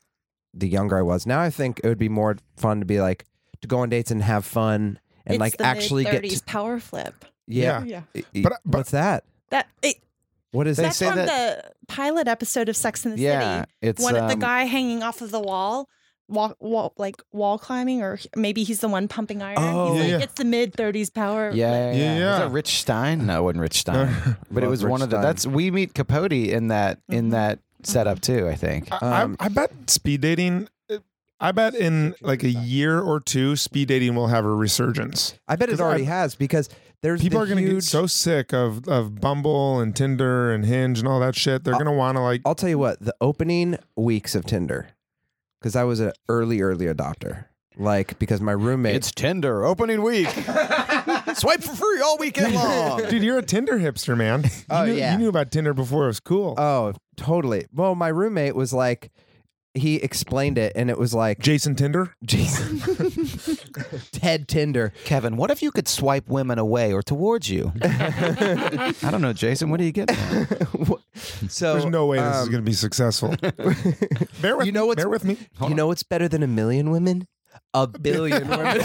S6: the younger I was. Now I think it would be more fun to be like to go on dates and have fun and
S8: it's
S6: like
S8: the
S6: actually get
S8: mid-thirties
S6: to,
S8: power flip.
S6: yeah.
S8: Yeah.
S7: But-
S6: But,
S7: but-
S6: what's that?
S8: That it,
S6: What is
S5: They
S6: that?
S8: that's
S5: say
S8: from the pilot episode of Sex in the
S5: yeah,
S8: City.
S5: it's
S8: one of the
S5: um,
S8: guy hanging off of the wall, wall, wall like wall climbing, or he- maybe he's the one pumping iron.
S6: Oh.
S8: he's
S7: Yeah,
S8: like,
S7: yeah.
S8: it's the mid thirties power.
S5: Yeah, yeah,
S7: Yeah,
S5: yeah. Was
S7: yeah.
S5: that Rich Stein? No, it wasn't Rich Stein. but it
S6: Love
S5: was
S6: Rich
S5: one of the
S6: Stein.
S5: that's we meet Capote in that
S8: Mm-hmm.
S5: in that setup too. I think.
S7: I,
S6: Um,
S7: I, I bet speed dating. I bet in like a year or two, speed dating will have a resurgence.
S6: I bet it
S7: 'Cause I-
S6: already has because there's
S7: People
S6: the
S7: are going to get
S6: huge-
S7: so sick of of Bumble and Tinder and Hinge and all that shit. They're
S6: Uh,
S7: going to want to like.
S6: I'll tell you what, the opening weeks of Tinder, because I was an early, early adopter. Like, because my roommate.
S5: Tinder opening week. Swipe for free all weekend long.
S7: Dude, you're a Tinder hipster, man. You
S6: Oh,
S7: knew,
S6: yeah.
S7: You knew about Tinder before it was cool.
S6: oh, totally. Well, my roommate was like, he explained it and it was like,
S7: Jason Tinder.
S6: Jason, Ted Tinder.
S5: Kevin, what if you could swipe women away or towards you? I don't know, Jason. What do you get?
S6: so,
S7: There's no way this is
S6: um,
S7: going to be successful. bear with
S6: You know
S7: me,
S6: what's-
S7: bear with me.
S6: You know what's better than a million women? A billion women.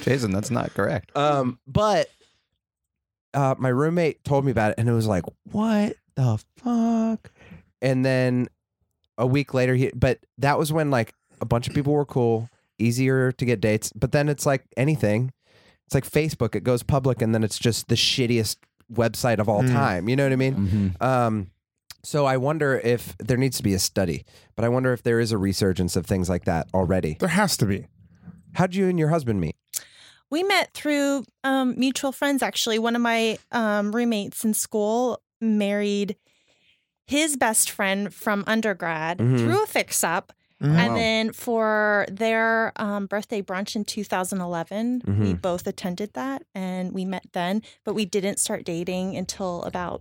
S5: Jason, that's not correct.
S6: Um, but uh, my roommate told me about it, and it was like, what the fuck? And then a week later, he. But that was when like a bunch of people were cool. easier to get dates. But then it's like anything. It's like Facebook. It goes public and then it's just the shittiest website of all
S7: Mm.
S6: time. You know what I mean?
S5: Mhm.
S6: Um, so I wonder if there needs to be a study, but I wonder if there is a resurgence of things like that already.
S7: There has to be.
S6: How'd you and your husband meet?
S8: We met through um, mutual friends, actually. One of my um, roommates in school married his best friend from undergrad
S5: Mm-hmm.
S6: Mhm.
S8: through a fix up.
S7: Mhm.
S8: And then for their um, birthday brunch in 2011,
S5: Mm-hmm.
S8: we both attended that and we met then, but we didn't start dating until about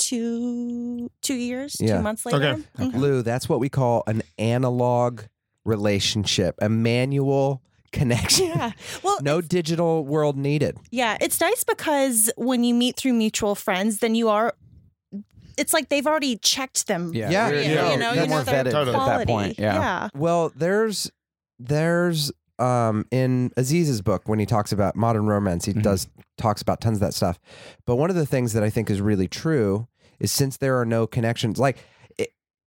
S8: two two years,
S6: Yeah.
S8: two months later.
S7: Okay.
S8: Mhm.
S6: Lou, that's what we call an analog relationship, a manual connection.
S8: Yeah. Well,
S6: No digital world needed.
S8: Yeah, it's nice because when you meet through mutual friends, then you are. It's like they've already checked them.
S6: Yeah.
S5: you're-
S7: Yeah.
S5: you're-
S7: You
S8: know,
S5: Oh. you're
S8: you
S5: more
S8: know their
S5: vetted
S7: Totally.
S5: at that point.
S8: quality.
S5: Yeah.
S6: Well, there's there's um in Aziz's book when he talks about modern romance, he does talks about tons of that stuff. But one of the things that I think is really true is since there are no connections, like i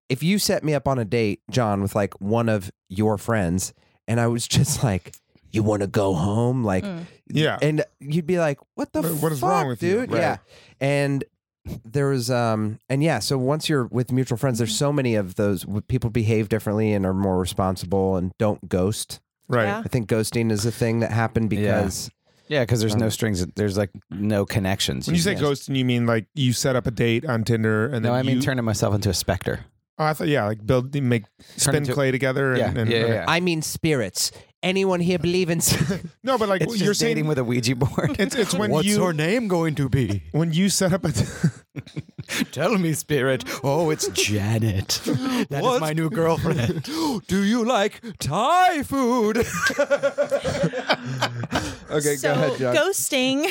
S6: if you set me up on a date, John, with like one of your friends, and I was just like, "You want to go home?" Like,
S8: Mm.
S7: Yeah.
S6: and you'd be like, "What the
S7: What- what is
S6: fuck,
S7: wrong with you?"
S6: dude?"
S7: Right.
S6: Yeah, and there was um and yeah so once you're with mutual friends there's so many of those w- people behave differently and are more responsible and don't ghost
S7: Right.
S8: Yeah.
S6: i think ghosting is a thing that happened because
S5: Yeah, because there's no
S6: Um,
S5: strings. There's like no connections.
S7: When you say
S5: can't-
S7: ghosting, you mean like you set up a date on Tinder and then
S5: no, I mean
S7: you,
S5: turning myself into a specter.
S7: Oh, I thought yeah, like build, make spin
S5: into-
S7: clay together.
S5: Yeah,
S7: And, and,
S5: yeah, yeah,
S7: okay.
S5: yeah.
S6: i mean spirits anyone here believe in
S7: No, but like
S5: It's
S7: you're
S5: just
S7: saying,
S5: dating with a Ouija board.
S7: it's it's when
S11: What's
S7: you
S11: her name going to be?
S7: when you set up a
S11: Tell me, spirit. Oh, it's Janet. That is What? my new girlfriend.
S9: Do you like Thai food?
S6: okay
S8: so ghosting.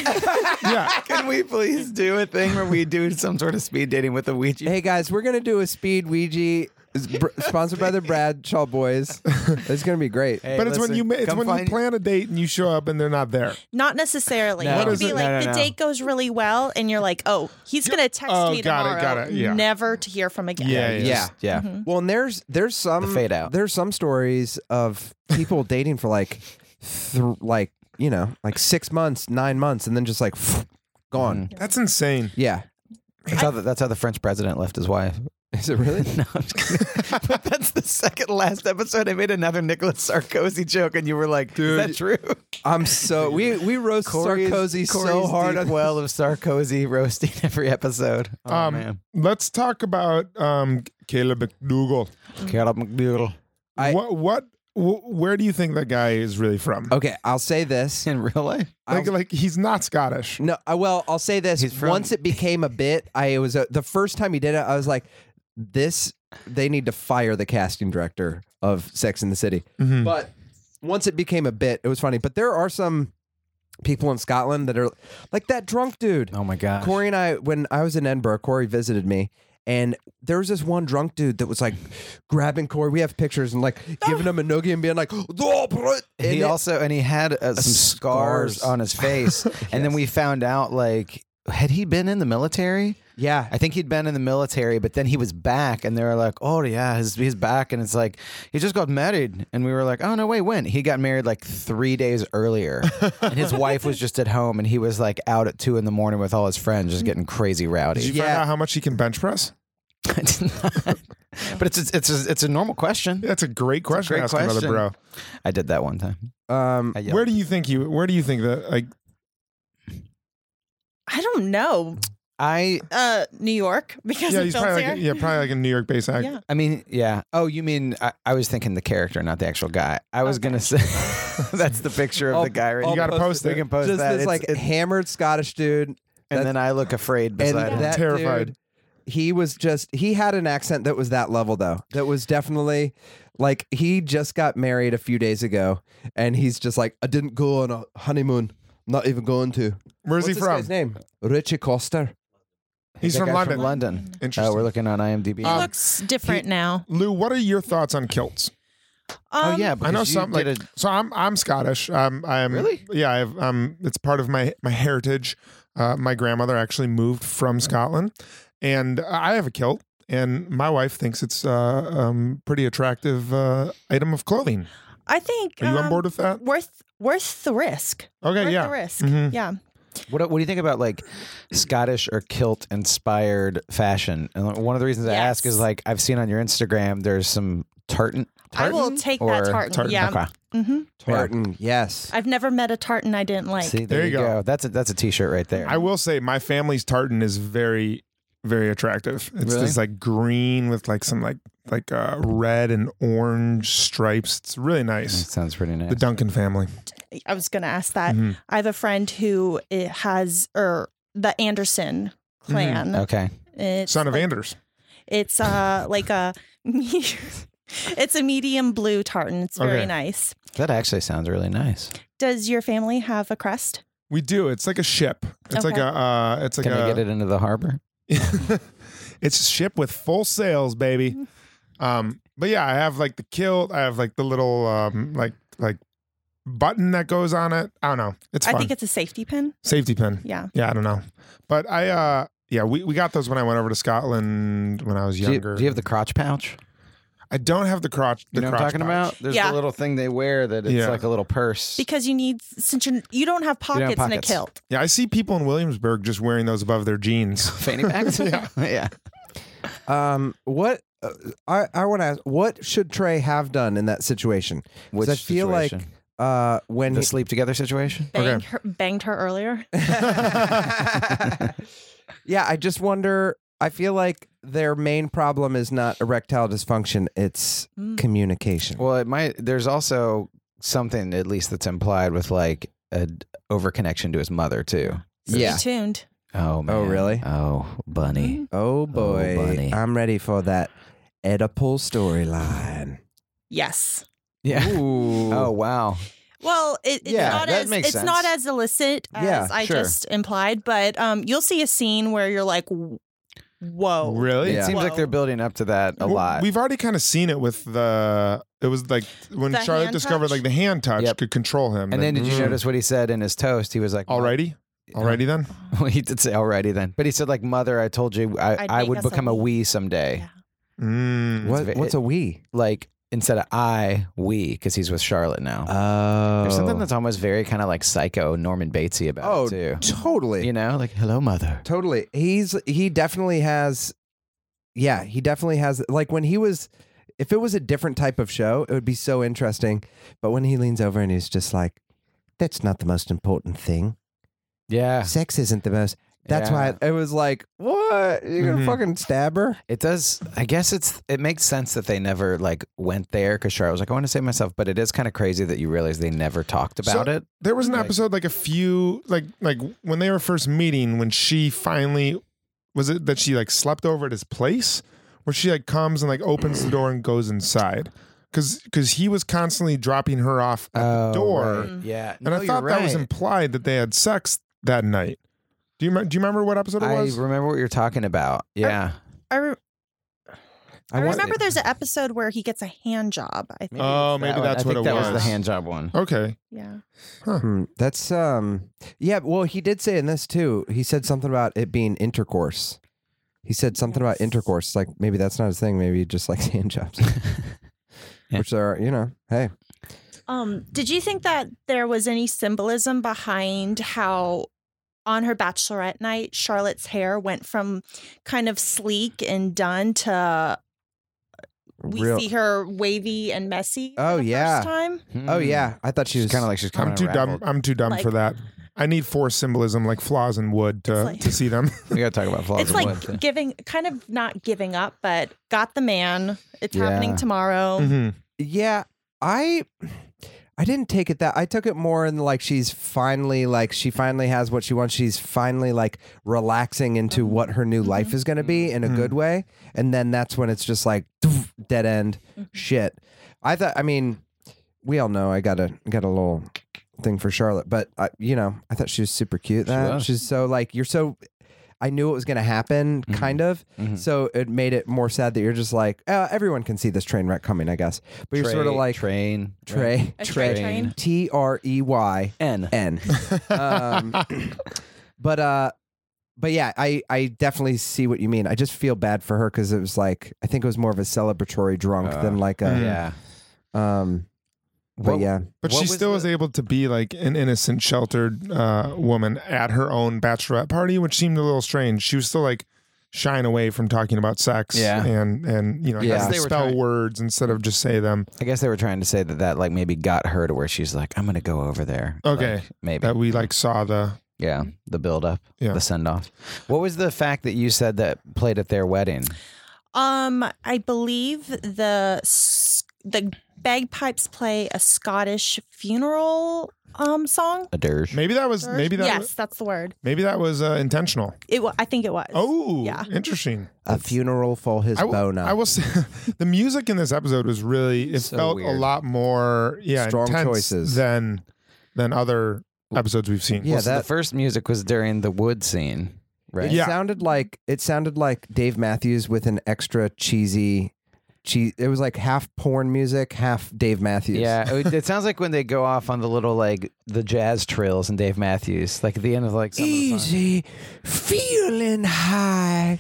S7: yeah,
S5: Can we please do a thing where we do some sort of speed dating with a Ouija?
S6: hey guys we're gonna do a speed ouija is br- sponsored by the bradshaw boys it's gonna be great
S7: but it's when you ma- it's when you plan a date and you show up and they're not there.
S8: Not necessarily.
S5: No.
S8: it could
S7: is
S8: be
S7: it-
S8: like
S5: no, no,
S8: the
S5: no.
S8: date goes really well, and you're like, "Oh, he's gonna text
S7: oh,
S8: me
S7: got it,
S8: tomorrow,
S7: got it, yeah.
S8: never to hear from again."
S7: Yeah,
S6: yeah
S5: Yeah.
S6: Well, and there's there's some
S5: fade out.
S6: There's some stories of people dating for like, th- like you know, like six months, nine months, and then just like gone.
S5: Mm-hmm.
S7: That's insane.
S6: Yeah.
S5: That's how, the, that's how the French president left his wife.
S6: Is it really?
S5: No, I'm just kidding. but that's the second last episode. I made another Nicholas Sarkozy joke, and you were like, "Is that true?"
S6: I'm so we we roast Sarkozy so
S5: Corey's
S6: hard.
S5: deep
S6: On,
S5: well of Sarkozy roasting every episode. Oh
S7: um,
S5: man,
S7: let's talk about um, Caleb McDougal.
S5: Carol McDoodle
S6: I-
S7: what what wh- where do you think that guy is really from?
S6: okay, I'll say this.
S5: in real life.
S7: Like
S6: I'll-
S7: like he's not Scottish.
S6: No, I, well, I'll say this.
S5: He's from-
S6: Once it became a bit, I was uh, the first time he did it. I was like, this. They need to fire the casting director of Sex in the City.
S7: Mhm.
S6: But once it became a bit, it was funny. But there are some people in Scotland that are like that drunk dude.
S5: Oh my god,
S6: Corey and I, when I was in Edinburgh, Corey visited me. And there was this one drunk dude that was like grabbing Corey. We have pictures and like giving him a noogie and being like, "Oh, bro." And
S5: He
S6: it-
S5: also and he had uh, some scars,
S6: scars.
S5: on his face, and then we found out like. Had he been in the military?
S6: yeah,
S5: I think he'd been in the military, but then he was back, and they were like, "Oh yeah, he's, he's back," and it's like he just got married, and we were like, "Oh no, wait, when?" He got married like three days earlier, and his wife was just at home, and he was like out at two in the morning with all his friends, just getting crazy rowdy.
S7: Did you find
S6: Yeah.
S7: out how much he can bench press?
S5: I did not. but it's it's it's a, it's a normal question.
S7: That's a great question.
S5: great
S7: Ask another
S5: question.
S7: bro.
S5: I did that one time.
S6: um,
S5: I yelled.
S7: Where do you think you? Where do you think that? Like,
S8: I don't know.
S5: I
S8: Uh, New York because
S7: yeah,
S8: of
S7: he's
S8: Phil's
S7: probably
S8: here.
S7: like, yeah, probably like a New York based actor.
S8: Yeah.
S5: I mean, yeah. Oh, you mean I, I was thinking the character, not the actual guy. I was gonna say that's the picture of
S6: I'll-
S5: the guy. Right,
S7: You got to post
S5: We
S7: it.
S5: can post
S6: just
S5: Oh, that.
S6: this
S5: It's-
S6: like
S5: it's-
S6: hammered Scottish dude
S5: and
S6: that-
S5: then I look afraid
S6: and
S5: beside him.
S6: that
S7: Terrified.
S6: dude, he was just he had an accent that was that level though. That was definitely like he just got married a few days ago, and he's just like, I didn't go on a honeymoon. Not even going to.
S7: Where's
S6: What's
S7: he
S6: this
S7: from?
S6: guy's name? Richie Coster.
S7: He's
S5: That
S7: from
S5: guy
S7: London.
S5: London.
S7: Interesting.
S5: Oh, we're looking on IMDb.
S8: He
S7: uh,
S8: looks different now.
S7: Lou, what are your thoughts on kilts?
S5: oh
S8: Um,
S5: yeah,
S7: I know
S5: because you
S7: some like
S5: did a-
S7: so. I'm I'm Scottish. Um, I'm
S5: Really?
S7: yeah. I've, um, it's part of my my heritage. Uh, my grandmother actually moved from
S5: Mm-hmm.
S7: Scotland, and I have a kilt. And my wife thinks it's a uh, um, pretty attractive uh, item of clothing.
S8: I think
S7: Are you on
S8: um,
S7: board with that?
S8: Worth worth the risk.
S7: Okay,
S8: worth
S7: yeah.
S8: the risk.
S7: Mhm.
S8: Yeah.
S5: What, what do you think about like Scottish or kilt inspired fashion? And one of the reasons I ask
S8: Yes.
S5: is like I've seen on your Instagram there's some tartan.
S8: I will
S5: tartan?
S8: take that
S5: Or-
S8: tartan, yeah.
S5: Okay.
S8: hmm
S6: Tartan, yes.
S8: I've never met a tartan I didn't like.
S5: See, there, you go. That's a that's a t-shirt right there.
S7: I will say my family's tartan is very, very attractive. It's
S5: Really?
S7: this like green with like some like like uh, red and orange stripes. It's really nice.
S5: That sounds pretty nice.
S7: The Duncan family.
S8: I was going to ask that.
S7: Mhm.
S8: I have a friend who it has or the Anderson clan.
S5: okay.
S8: It's
S7: Mm-hmm. Son of
S8: like-
S7: Anders.
S8: It's uh like a it's a medium blue tartan. It's very
S7: Okay.
S8: nice.
S5: That actually sounds really nice.
S8: Does your family have a crest?
S7: We do. It's like a ship. It's like
S8: Okay.
S7: a. Uh, it's like
S5: Can
S7: a.
S5: I get it into the harbor?
S7: it's a ship with full sails, baby.
S8: Mm.
S7: Um, but yeah, I have like the kilt. I have like the little um, like like button that goes on it. I don't know. It's
S8: I
S7: fun.
S8: think it's a safety pin.
S7: safety pin.
S8: Yeah.
S7: Yeah, I don't know. But I uh yeah, we, we got those when I went over to Scotland when I was
S5: Do you,
S7: younger.
S5: do you have the crotch pouch?
S7: I don't have the crotch
S5: You
S7: the
S5: know what I'm
S7: crotch
S5: talking
S7: pouch.
S5: about? There's
S8: Yeah.
S5: the little thing they wear that it's
S7: Yeah.
S5: like a little purse.
S8: Because you need since you're, you don't have
S5: don't
S8: pockets,
S5: have
S8: in a
S5: pockets.
S8: kilt.
S7: Yeah, I see people in Williamsburg just wearing those above their jeans.
S5: Fanny bags? yeah. yeah.
S6: Um, what uh, I I want to ask, what should Trey have done in that situation? 'Cause
S5: Which
S6: I feel
S5: situation?
S6: like uh, when
S5: The
S6: he-
S5: sleep together situation?
S8: Banged, her, banged her earlier.
S6: yeah, I just wonder. I feel like their main problem is not erectile dysfunction; it's
S8: Mm.
S6: communication.
S5: Well, it might. There's also something, at least, that's implied with like an overconnection to his mother too.
S6: yeah.
S8: Stay tuned.
S5: Oh man.
S6: really?
S5: Oh, bunny.
S6: Oh boy,
S5: bunny.
S6: I'm ready for that Oedipal storyline.
S8: Yes.
S5: Yeah. Oh wow.
S8: Well, it, it's
S5: Yeah,
S8: not
S5: that
S8: as
S5: makes
S8: it's not
S5: sense.
S8: as illicit as
S6: Yeah,
S8: I
S5: sure.
S8: just implied, but um, you'll see a scene where you're like,
S5: Oh,
S8: "Whoa,
S7: really?
S5: It
S6: Yeah.
S5: seems like they're
S8: Whoa.
S5: building up to that a
S7: Well,
S5: lot.
S7: We've already kind of seen it with the it was like when
S8: The
S7: Charlotte
S8: hand
S7: discovered
S8: touch?
S7: like the hand touch
S5: Yep.
S7: could control him.
S5: and then did you
S7: Mm.
S5: notice what he said in his toast? He was like,
S7: already? Already then?
S5: Well, he did say already then, but he said like, "Mother, I told you I,
S8: I'd
S5: I
S8: make
S5: would
S8: us a
S5: become a
S8: we."
S5: we someday."
S8: Yeah.
S7: Mm.
S6: What,
S5: ve-
S6: what's a we?
S5: Like instead of I, we, because he's with Charlotte now.
S6: Oh,
S5: There's something that's almost very kind of like psycho Norman Batesy about
S6: oh,
S5: it too.
S6: totally.
S5: You know, like hello, mother.
S6: Totally. He's he definitely has yeah, he definitely has like when he was if it was a different type of show, it would be so interesting. But when he leans over and he's just like, That's not the most important thing.
S5: Yeah,
S6: Sex isn't the most that's
S5: Yeah. Mm-hmm.
S6: why it was like, What? You're gonna
S7: Mhm.
S6: fucking stab her?
S5: It does. I guess it's. It makes sense that they never like went there because Charlotte was like, "I want to save myself," but it is kind of crazy that you realize they never talked
S7: So-
S5: about it.
S7: There was an
S5: Like-
S7: episode like a few like like when they were first meeting when she finally was it that she like slept over at his place where she like comes and like opens the door and goes inside cuz cuz he was constantly dropping her off at the door
S5: Oh, Yeah,
S7: and I thought that was implied that they had sex that night. Do you rem- do you remember what episode it
S5: I
S7: was?
S5: remember what you're talking about. Yeah,
S8: I, re- I,
S5: want-
S8: remember there's an episode where he gets a hand job. I think.
S7: oh, maybe
S5: That one-
S7: that's
S5: I
S7: what
S5: think
S7: it
S5: that was.
S7: was.
S5: the hand job one.
S7: Okay.
S8: yeah.
S6: Hmm, that's um yeah, well he did say in this too, he said something about it being intercourse. He said something about
S8: Yes.
S6: intercourse. Like maybe that's not his thing, maybe he just likes hand jobs.
S5: Yeah.
S6: Which are, you know, hey.
S8: Um, did you think that there was any symbolism behind how on her bachelorette night Charlotte's hair went from kind of sleek and done to we
S6: real-
S8: see her wavy and messy? for
S6: Oh,
S8: the
S6: yeah.
S8: First time.
S6: Oh yeah, I thought she was
S5: kind of like Mm. she's kind
S7: I'm
S5: of
S7: too dumb. I'm too dumb for that. I need force symbolism like flaws in wood to,
S8: It's like-
S7: to see them.
S5: We gotta talk about flaws.
S8: it's
S5: in
S8: like
S5: one thing.
S8: giving, kind of not giving up, but got the man. It's
S5: Yeah.
S8: happening tomorrow.
S6: Mm-hmm.
S5: Mm-hmm.
S7: Mhm.
S6: yeah. I I didn't take it that. I took it more in like she's finally like she finally has what she wants. She's finally like relaxing into what her new life is going to be in a good way, and then that's when it's just like doof, dead end shit. I thought. I mean, we all know I got a got a little thing for Charlotte, but I, you know, I thought she was super cute. That
S5: was.
S6: she's so like you're so. I knew it was going to happen, kind of.
S5: Mhm.
S6: So it made it more sad that you're just like, uh, everyone can see this train wreck coming, I guess. But you're sort of
S5: Tray-
S6: like,
S5: train,
S6: Trey,
S8: A
S5: Trey
S8: Trey train.
S6: T R E Y
S5: N.
S6: N. Um, but uh, but yeah, I I definitely see what you mean. I just feel bad for her because
S7: Mm.
S6: it was like I think it was more of a celebratory drunk
S5: Uh,
S6: than like a
S5: Yeah,
S6: um. But yeah.
S7: But
S6: What
S7: she
S6: was
S7: still was able to be like an innocent, sheltered uh, woman at her own bachelorette party, which seemed a little strange. She was still like shying away from talking about sex
S5: Yeah.
S7: and and you know
S5: Yeah.
S7: having to
S5: They were
S7: spell
S5: trying-
S7: words instead of just say them.
S5: I guess they were trying to say that that like maybe got her to where she's like, I'm gonna go over there.
S7: Okay,
S5: Like, maybe
S7: that we like saw the
S5: yeah, the build up,
S7: Yeah.
S5: the send off. What was the fact that you said that played at their wedding?
S8: Um, I believe the s- the bagpipes play a Scottish funeral um song.
S5: A dirge.
S7: maybe that was maybe that
S8: yes,
S7: was,
S8: that's the word.
S7: maybe that was uh, intentional.
S8: It. wa- I think it was.
S7: Oh,
S8: Yeah.
S7: interesting.
S6: A funeral for his
S7: I will-
S6: bona.
S7: I will say the music in this episode was really it
S5: So
S7: felt a
S5: weird.
S7: lot more yeah
S6: Strong
S7: intense
S6: choices.
S7: than than other episodes we've seen.
S5: Yeah,
S6: Well, so
S5: that
S6: the-
S5: first music was during the wood scene, right?
S6: It
S7: Yeah.
S6: sounded like it sounded like Dave Matthews with an extra cheesy cheese. It was like half porn music, half Dave Matthews.
S5: Yeah, it, it sounds like when they go off on the little like the jazz trills and Dave Matthews, like at the end of like some Of
S6: Easy, feeling high,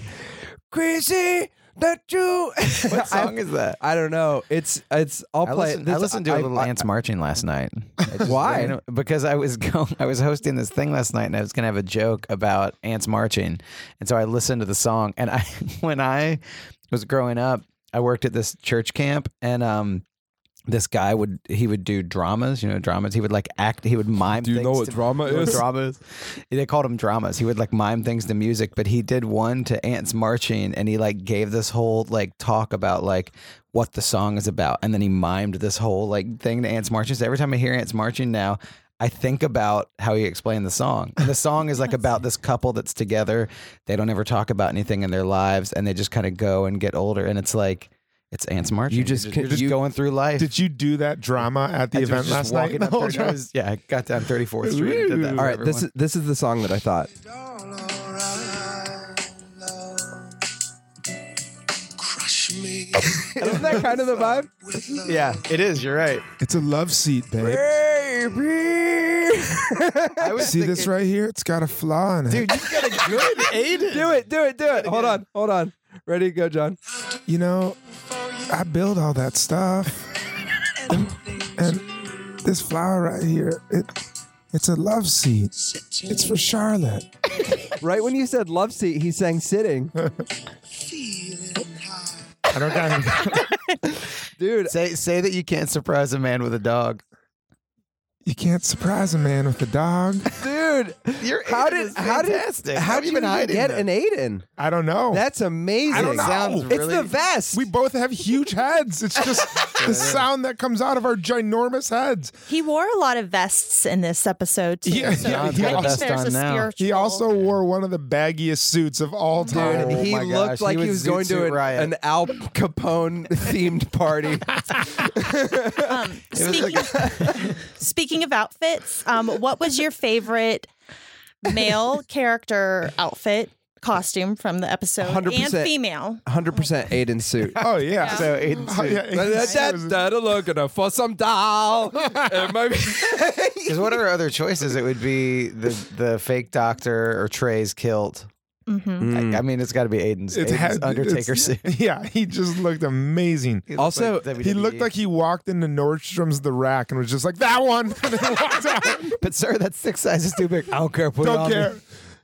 S6: crazy that you.
S5: the song. What song is that?
S6: I don't know. It's it's. I'll
S5: I
S6: play.
S5: listened,
S6: this-
S5: I listened to a
S6: I-
S5: little
S6: I-
S5: ants marching last night. I just-
S6: Why?
S5: I don't- because I was going, I was hosting this thing last night, and I was going to have a joke about ants marching, and so I listened to the song. And I, when I was growing up, I worked at this church camp, and um, this guy would he would do dramas, you know, dramas. He would like act, he would mime.
S9: Do you know
S5: things
S9: what
S5: to-
S9: drama
S5: you know what
S9: is?
S5: drama is? They called him dramas. He would like mime things to music, but he did one to ants marching, and he like gave this whole like talk about like what the song is about, and then he mimed this whole like thing to ants marching. So every time I hear ants marching now. I think about how he explained the song. And the song is like about this couple that's together. They don't ever talk about anything in their lives and they just kind of go and get older. And it's like, it's ants marching. You're
S6: just-
S5: you're just
S6: you-
S5: going through life.
S7: Did you do that drama at the
S5: I was
S7: event
S5: just
S7: last night? Oh,
S5: walking
S7: The
S5: up
S7: whole
S5: 30 I
S7: time?
S5: was- yeah, I got down 34th Street and did that.
S6: All right, this is this is the song that I thought. Isn't that kind of the vibe?
S5: yeah, it is. You're right.
S7: It's a love seat, babe.
S6: Baby,
S5: I was
S7: See this right here? It's got a flaw in it.
S5: dude. You got a good Aiden.
S6: do it, do it, do it. Hold on, hold on. Ready, go, John.
S7: You know, I build all that stuff, and, and this flower right here, it, it's a love seat. It's for Charlotte.
S6: Right when you said love seat, he sang sitting.
S7: I don't got.
S6: Dude,
S5: Say say that you can't surprise a man with a dog.
S7: You can't surprise a man with a dog.
S6: dude,
S5: Your
S6: how
S5: Aiden
S6: did
S5: is
S6: how
S5: fantastic.
S6: did
S5: How
S6: how
S5: have you
S6: did
S5: been hiding
S6: get
S5: that?
S6: an Aiden?
S7: I don't know.
S6: That's amazing.
S7: I don't know. Sounds
S6: It's the
S5: really-
S6: vest.
S7: we both have huge heads. It's just the sound that comes out of our ginormous heads.
S8: He wore a lot of vests in this episode too.
S7: Yeah,
S8: so
S7: yeah,
S8: I
S7: he
S8: think
S5: also-
S8: there's a
S5: Vest on now.
S8: spiritual.
S7: He also wore one of the baggiest suits of all time.
S6: Dude,
S5: Oh
S6: he
S5: my
S6: looked
S5: gosh,
S6: like
S5: he
S6: he
S5: was
S6: was, going
S5: Zoot
S6: to
S5: Suit
S6: an,
S5: Riot.
S6: an Al Capone themed party.
S8: Um, speaking, speaking of outfits, um, what was your favorite male character outfit costume from the episode? And
S6: 100%.
S8: female.
S6: 100% Aiden suit.
S7: Oh yeah.
S5: So Aiden,
S7: Oh, yeah.
S6: That's that looking for some doll. And maybe-
S5: because what are other choices? It would be the the fake doctor or Trey's kilt.
S8: Mm-hmm.
S5: I, I mean, it's got to be Aiden's,
S7: It's
S5: Aiden's
S7: had- it's-
S5: Undertaker suit.
S7: Yeah, he just looked amazing.
S5: He looked
S6: Also,
S5: like
S7: He
S5: WWE.
S7: looked like he walked into Nordstrom's The Rack and was just like, that one. And then walked out.
S5: but sir, that's six sizes too big. I don't care. Put
S7: Don't care.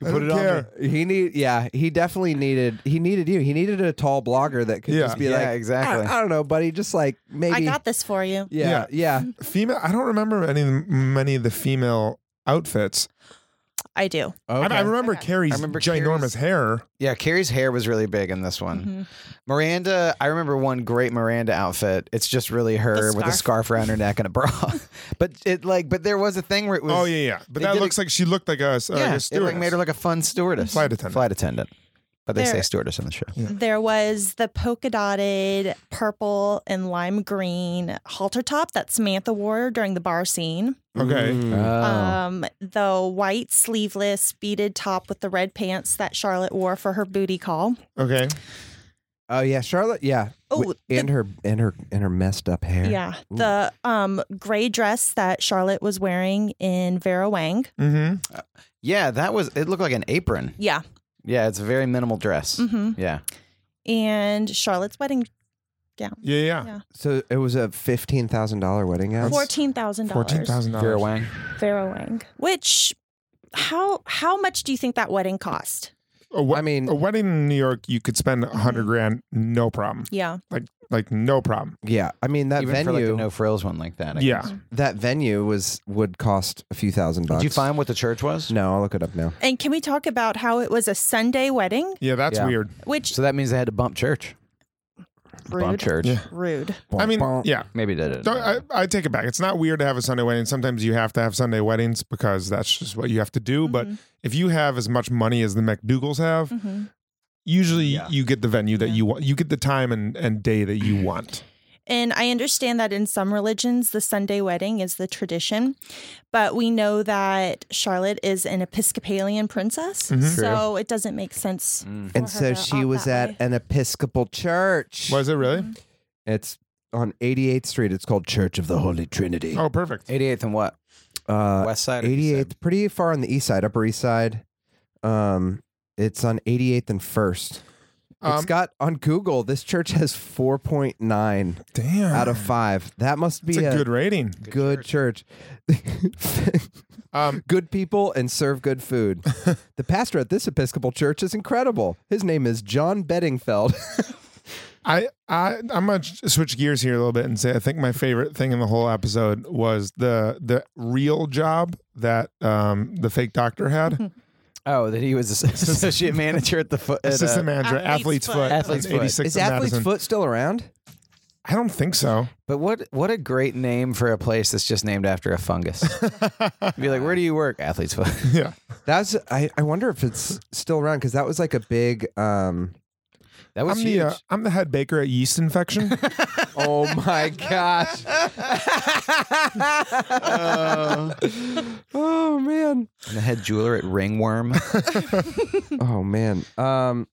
S7: I
S5: Put
S7: don't
S5: it on me.
S7: care.
S6: he need yeah, he definitely needed he needed you. He needed a tall blogger that could
S7: Yeah.
S6: just be
S5: Yeah,
S6: like
S5: exactly.
S6: I, I don't know, buddy, just like maybe
S8: I got this for you.
S6: yeah, yeah.
S7: Female, I don't remember any of the- many of the female outfits.
S8: I do.
S7: I- I, remember Carrie's
S5: I remember
S7: ginormous
S5: Carrie's-
S7: hair.
S5: Yeah, Carrie's hair was really big in this one.
S8: Mm-hmm.
S5: Miranda, I remember one great Miranda outfit. It's just really her
S8: The
S5: with a scarf around her neck and a bra. but it like, but there was a thing where it was.
S7: oh yeah, yeah. But
S5: they
S7: that
S5: did
S7: looks
S5: it-
S7: like she looked like a, uh,
S5: yeah.
S7: like a
S5: It like
S7: stewardess.
S5: made her like a fun stewardess,
S7: Flight attendant.
S5: flight attendant. But they say
S8: There-
S5: stewardess in the show.
S8: There was the polka dotted purple and lime green halter top that Samantha wore during the bar scene.
S7: okay.
S6: Mm. Oh.
S8: Um, the white sleeveless beaded top with the red pants that Charlotte wore for her booty call.
S7: Okay.
S6: Oh yeah, Charlotte, yeah.
S8: Oh,
S6: Wi-
S8: the-
S6: and her and her and her messed up hair.
S8: Yeah.
S6: Ooh.
S8: The um gray dress that Charlotte was wearing in Vera Wang.
S7: Mm-hmm.
S5: Yeah, that was. It looked like an apron.
S8: Yeah.
S5: Yeah, it's a very minimal dress.
S8: hmm
S5: Yeah,
S8: And Charlotte's wedding gown.
S7: Yeah, yeah.
S8: Yeah.
S6: So it was a fifteen thousand dollar wedding gown.
S8: Fourteen thousand dollars.
S7: $14,000.
S5: Vera Wang.
S8: Vera Wang. Which, how how much do you think that wedding cost?
S7: A we-
S6: I mean,
S7: a wedding in New York, you could spend a hundred grand, no problem.
S8: Yeah.
S7: Like, like no problem.
S6: yeah. I mean that
S5: Even for like
S6: venue.
S5: a no frills one like that. I
S7: Yeah.
S5: guess.
S6: that venue was would cost a few thousand bucks.
S5: Did you find what the church was?
S6: No, I'll look it up now.
S8: And can we talk about how it was a Sunday wedding?
S7: Yeah, that's
S5: Yeah.
S7: weird.
S8: Which
S5: So that means they had to bump church. Bump
S8: rude.
S5: church.
S8: Rude.
S7: I mean, yeah.
S5: Maybe they did.
S7: Don't, I, I take it back. It's not weird to have a Sunday wedding. Sometimes you have to have Sunday weddings because that's just what you have to do. But if you have as much money as the McDougals have,
S8: Mhm.
S7: usually
S3: Yeah.
S7: you get the venue that
S8: Yeah.
S7: you want. You get the time and, and day that you want.
S8: And I understand that in some religions, the Sunday wedding is the tradition, but we know that Charlotte is an Episcopalian princess,
S5: Mm-hmm.
S7: Mhm.
S8: so it doesn't make sense.
S5: Mm.
S8: for her
S6: And so
S8: to
S6: she
S8: opt
S6: was
S8: that
S6: at
S8: way.
S6: an Episcopal church.
S7: Was it really?
S6: It's on 88th Street. It's called Church of the Holy Trinity.
S7: Oh, perfect.
S5: 88th and what?
S6: Uh,
S5: West side. or east side?
S6: 88th, pretty far on the east side, Upper East Side. Um, it's on 88th and First.
S7: Um,
S6: it's got on Google. This church has 4.9
S7: damn.
S6: out of five. That must be
S7: It's a
S6: a,
S7: good rating.
S6: good church.
S7: Um,
S6: good people and serve good food. the pastor at this Episcopal church is incredible. His name is John Bedingfeld.
S7: I, I I'm gonna ch- switch gears here a little bit and say I think my favorite thing in the whole episode was the the real job that um the fake doctor had
S5: Oh, that he was associate manager at the foot. At, uh,
S7: assistant manager athlete's
S8: Athlete's Foot.
S7: foot
S5: Athlete's
S7: on
S5: Foot.
S7: 86th
S6: is
S7: and
S6: Athlete's
S7: Madison.
S6: Foot still around?
S7: I don't think so
S5: but what what a great name for a place that's just named after a fungus. Be like, where do you work? Athlete's foot.
S7: yeah
S6: That's I, I wonder if it's still around because that was like a big um
S5: That
S7: I'm
S5: was
S7: the
S5: huge.
S7: uh, I'm the head baker at yeast infection
S6: Oh my gosh. Uh, oh man.
S5: I'm the head jeweler at Ringworm.
S6: Oh man. Um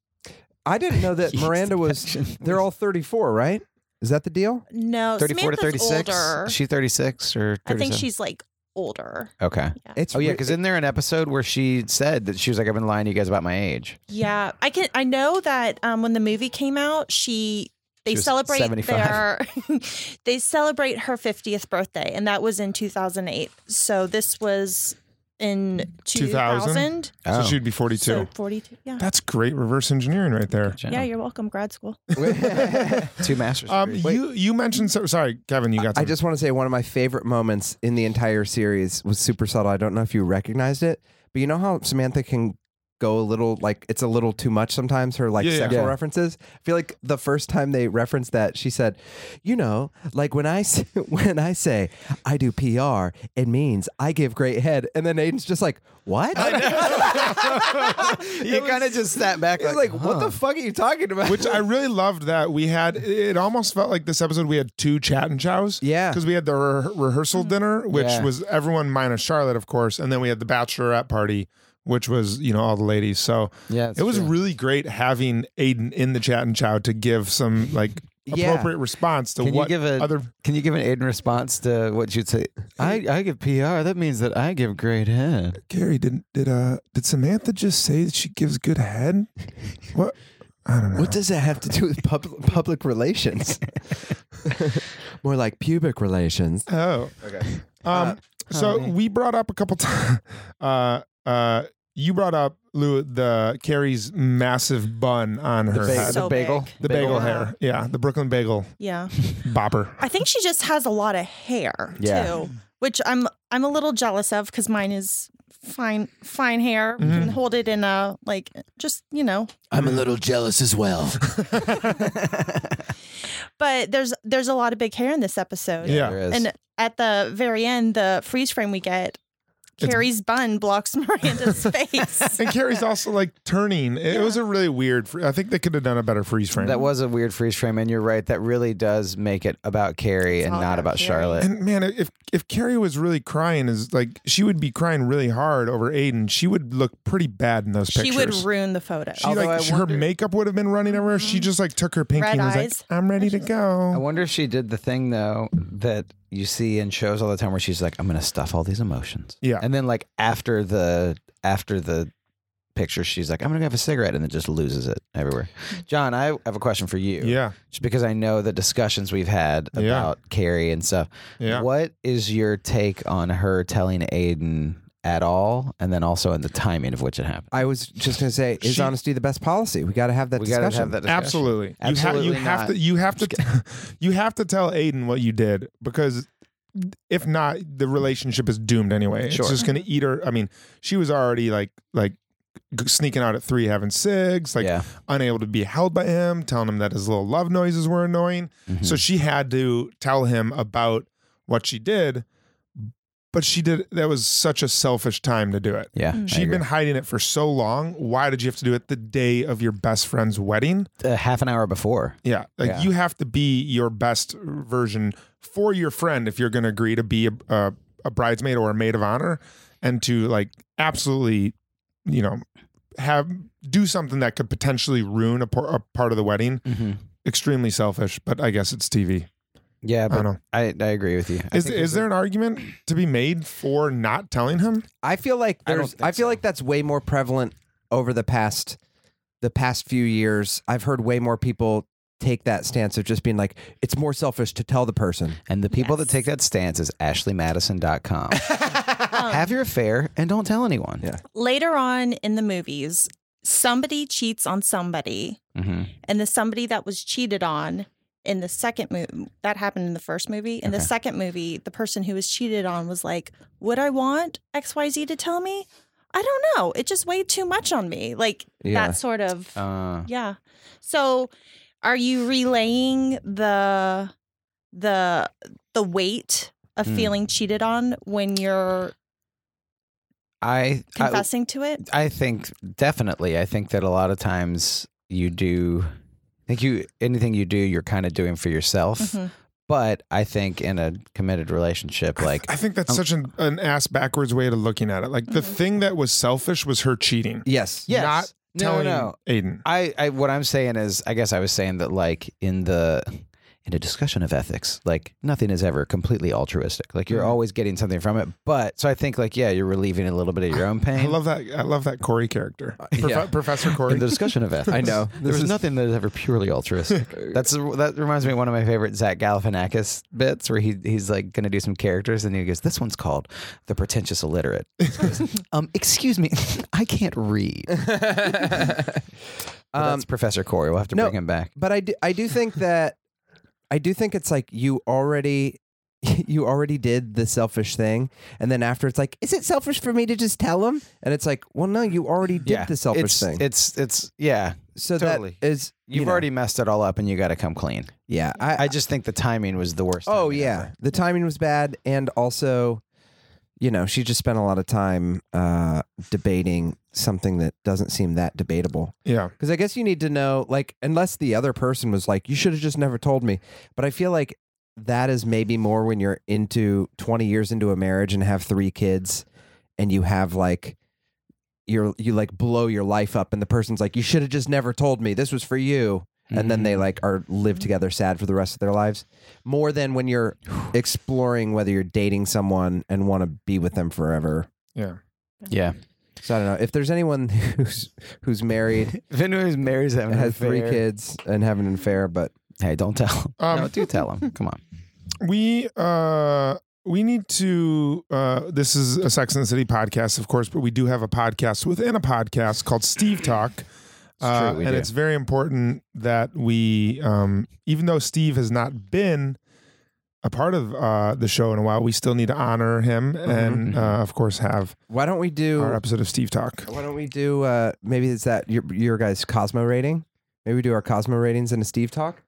S6: I didn't know that Miranda was they're all 34, right? Is that the deal?
S8: no,
S5: 34 to
S8: Samantha's
S5: 36.
S8: Older.
S5: Is she 36 or 37?
S8: I think she's like older.
S5: Okay.
S6: It's
S5: Oh, yeah.
S6: re-
S5: Because in there an episode where she said that she was like, I've been lying to you guys about my age.
S8: Yeah, I can. I know that um, when the movie came out, she they
S5: She was
S8: celebrate
S5: 75.
S8: their they celebrate her fiftieth birthday, and that was in two thousand eight. So this was in two
S7: 2000?
S8: thousand.
S5: Oh.
S7: so she'd be 42
S8: So forty two. Yeah.
S7: that's great reverse engineering right there
S8: Yeah, you're welcome. Grad school.
S5: Two masters.
S7: um
S5: degrees.
S7: you you mentioned so, sorry Kevin you got
S6: I
S7: something.
S6: just want to say one of my favorite moments in the entire series was super subtle. I don't know if you recognized it, but you know how Samantha can go a little like it's a little too much sometimes her like
S7: Yeah, yeah.
S6: sexual
S7: Yeah.
S6: references. I feel like the first time they referenced that, she said, "You know, like when I s- when I say I do PR, it means I give great head." And then Aiden's just like, "What?"
S5: you kind of just snap back.
S6: He's
S5: Like,
S6: like, "What the fuck are you talking about?"
S7: which I really loved that we had. It almost felt like this episode we had two chat and chows.
S6: Yeah.
S7: because we had the re- rehearsal dinner, which
S5: Yeah.
S7: was everyone minus Charlotte, of course, and then we had the bachelorette party, which was you know all the ladies. So
S5: Yeah, that's
S7: it was
S5: true.
S7: really great having Aiden in the chat and chow to give some like
S6: Yeah.
S7: appropriate response to
S5: Can you
S7: what
S5: give a
S7: other.
S5: Can you give an Aiden response to what you'd say? I, I give PR. That means that I give great head.
S7: Gary did did uh did Samantha just say that she gives good head? What I don't know.
S6: What does that have to do with public public relations? More like pubic relations.
S7: Oh. Okay. Um,
S8: Uh, oh,
S7: so we brought up a couple times. Uh, uh, you brought up Lou the Carrie's massive bun on her
S5: bagel.
S7: head.
S8: So
S5: bagel?
S8: big.
S7: the bagel
S8: bagel.
S7: hair. Yeah, the Brooklyn bagel
S8: Yeah.
S7: bopper.
S8: I think she just has a lot of hair
S5: Yeah.
S8: too, which I'm I'm a little jealous of because mine is fine fine hair
S7: Mhm.
S8: and hold it in a like just you know
S9: I'm a little jealous as well.
S8: but there's there's a lot of big hair in this episode
S7: Yeah.
S5: There is.
S8: and at the very end the freeze frame we get carrie's bun blocks miranda's face
S7: And Carrie's also like turning. It, it was a really weird. fr- I think they could have done a better freeze frame.
S5: that was a weird freeze frame, and you're right. That really does make it about Carrie and
S8: all
S5: not
S8: about
S5: about
S8: Carrie.
S5: Charlotte.
S7: and man, if if Carrie was really crying, is like she would be crying really hard over Aiden. She would look pretty bad in those
S8: she
S7: pictures.
S8: would ruin the photo
S7: She, like, her makeup would have been running over. her. She just like took her pinky
S8: Red
S7: and was
S8: eyes.
S7: like, "I'm ready to go."
S5: Mm-hmm. I wonder if she did the thing though that you see in shows all the time where she's like, I'm gonna stuff all these emotions.
S7: Yeah.
S5: And then like after the after the picture, she's like, I'm going to have a cigarette, and then just loses it everywhere. John, I have a question for you.
S7: Yeah.
S5: Just because I know the discussions we've had
S7: Yeah.
S5: about Carrie and stuff.
S7: Yeah.
S5: What is your take on her telling Aiden at all, and then also in the timing of which it happened?
S6: I was just going to say, is
S7: She-
S6: honesty the best policy? We got to have that
S5: We got
S6: discussion.
S5: to have that discussion.
S7: Absolutely.
S5: Absolutely
S7: you, ha- you have
S5: not.
S7: to you have to you have to tell Aiden what you did because if not the relationship is doomed anyway.
S5: Sure.
S7: It's just going to eat her I mean, she was already like like g- sneaking out at 3 having cigs, like
S5: Yeah.
S7: unable to be held by him, telling him that his little love noises were annoying.
S5: Mm-hmm.
S7: So she had to tell him about what she did, but she did that was such a selfish time to do it.
S5: Yeah. I
S7: She'd
S5: agree.
S7: been hiding it for so long. Why did you have to do it the day of your best friend's wedding?
S5: uh, half an hour before.
S7: Yeah. Like
S5: Yeah.
S7: you have to be your best version for your friend if you're going to agree to be a, a, a bridesmaid or a maid of honor and to like absolutely, you know, have do something that could potentially ruin a, por- a part of the wedding.
S5: Mm-hmm.
S7: Extremely selfish, but I guess it's TV.
S5: Yeah,
S7: I
S5: but
S7: know.
S5: I, I agree with you. I
S7: Is,
S5: think
S7: is there an argument to be made for not telling him?
S6: I feel like
S5: I don't
S6: there's.
S5: think
S6: I, feel
S5: so.
S6: like that's way more prevalent over the past the past few years. I've heard way more people take that stance of just being like, it's more selfish to tell the person.
S5: And the people that take that stance is ashleymadison.com. Have your affair and don't tell anyone.
S6: Yeah.
S8: Later on in the movies, somebody cheats on somebody,
S5: hmm
S8: and the somebody that was cheated on in the second movie that happened in the first movie. In the
S5: Okay.
S8: second movie, the person who was cheated on was like, "Would I want X Y Z to tell me? I don't know. It just weighed too much on me. Like
S6: Yeah.
S8: that sort of."
S5: Uh,
S8: Yeah. So are you relaying the the the weight of
S5: Hmm.
S8: feeling cheated on when you're
S5: I, I
S8: confessing to it?
S5: I think definitely. I think that a lot of times you do. I think you anything you do, you're kind of doing for yourself.
S8: Mhm.
S5: But I think in a committed relationship, like
S7: I think that's
S5: Um,
S7: such an, an ass backwards way to looking at it. Like the thing that was selfish was her cheating.
S6: Yes.
S5: Yes.
S7: Not
S5: no, no,
S7: telling
S5: no.
S7: Aiden.
S5: I, I what I'm saying is I guess I was saying that like in the in a discussion of ethics, like nothing is ever completely altruistic. Like you're
S6: Mm-hmm.
S7: Mhm.
S5: always getting something from it. But so I think like yeah, you're relieving a little bit of your own pain.
S7: I love that. I love that Corey character, Prof-
S5: yeah.
S7: Professor Corey.
S5: in the discussion of ethics.
S6: I know.
S5: there
S6: This
S5: was
S6: is-
S5: nothing that is ever purely altruistic. That's that reminds me of one of my favorite Zach Galifianakis bits where he he's like going to do some characters and he goes, "This one's called the pretentious illiterate." He goes, um, excuse me, I can't read. But
S6: Um,
S5: that's Professor Corey. We'll have to
S6: no.
S5: bring him back.
S6: but I do, I do think that I do think it's like you already you already did the selfish thing and then after it's like is it selfish for me to just tell him and it's like well no you already did the selfish
S5: it's,
S6: thing
S5: It's it's yeah.
S6: so
S5: totally.
S6: that is you
S5: You've
S6: know,
S5: already messed it all up, and you got to come clean.
S6: yeah I,
S5: I just think the timing was the worst.
S6: Oh
S5: timing
S6: yeah,
S5: ever.
S6: the timing was bad, and also, you know, she just spent a lot of time uh, debating something that doesn't seem that debatable.
S7: yeah,
S6: Because I guess you need to know, like, unless the other person was like, "You should have just never told me," but I feel like that is maybe more when you're into twenty years into a marriage and have three kids, and you have like. You're, you like blow your life up, and the person's like, "You should have just never told me. This was for you." and then they like are live together sad for the rest of their lives more than when you're exploring whether you're dating someone and want to be with them forever
S7: yeah.
S5: yeah.
S6: so i don't know if there's anyone who's who's married
S5: If anyone marries him
S6: and
S5: and
S6: has three kids and having an affair but
S5: hey, don't tell. him.
S7: Um,
S5: no, do tell him. Come on.
S7: we uh we need to uh this is a sex and the city podcast of course but we do have a podcast within a podcast called steve talk uh,
S5: true, we
S7: and
S5: do.
S7: it's very important that we um even though steve has not been a part of uh the show in a while we still need to honor him
S5: Mm-hmm,
S7: and uh, of course have
S6: why don't we do
S7: our episode of steve talk
S6: why don't we do uh maybe it's that your, your guys cosmo rating maybe we do our cosmo ratings in a steve talk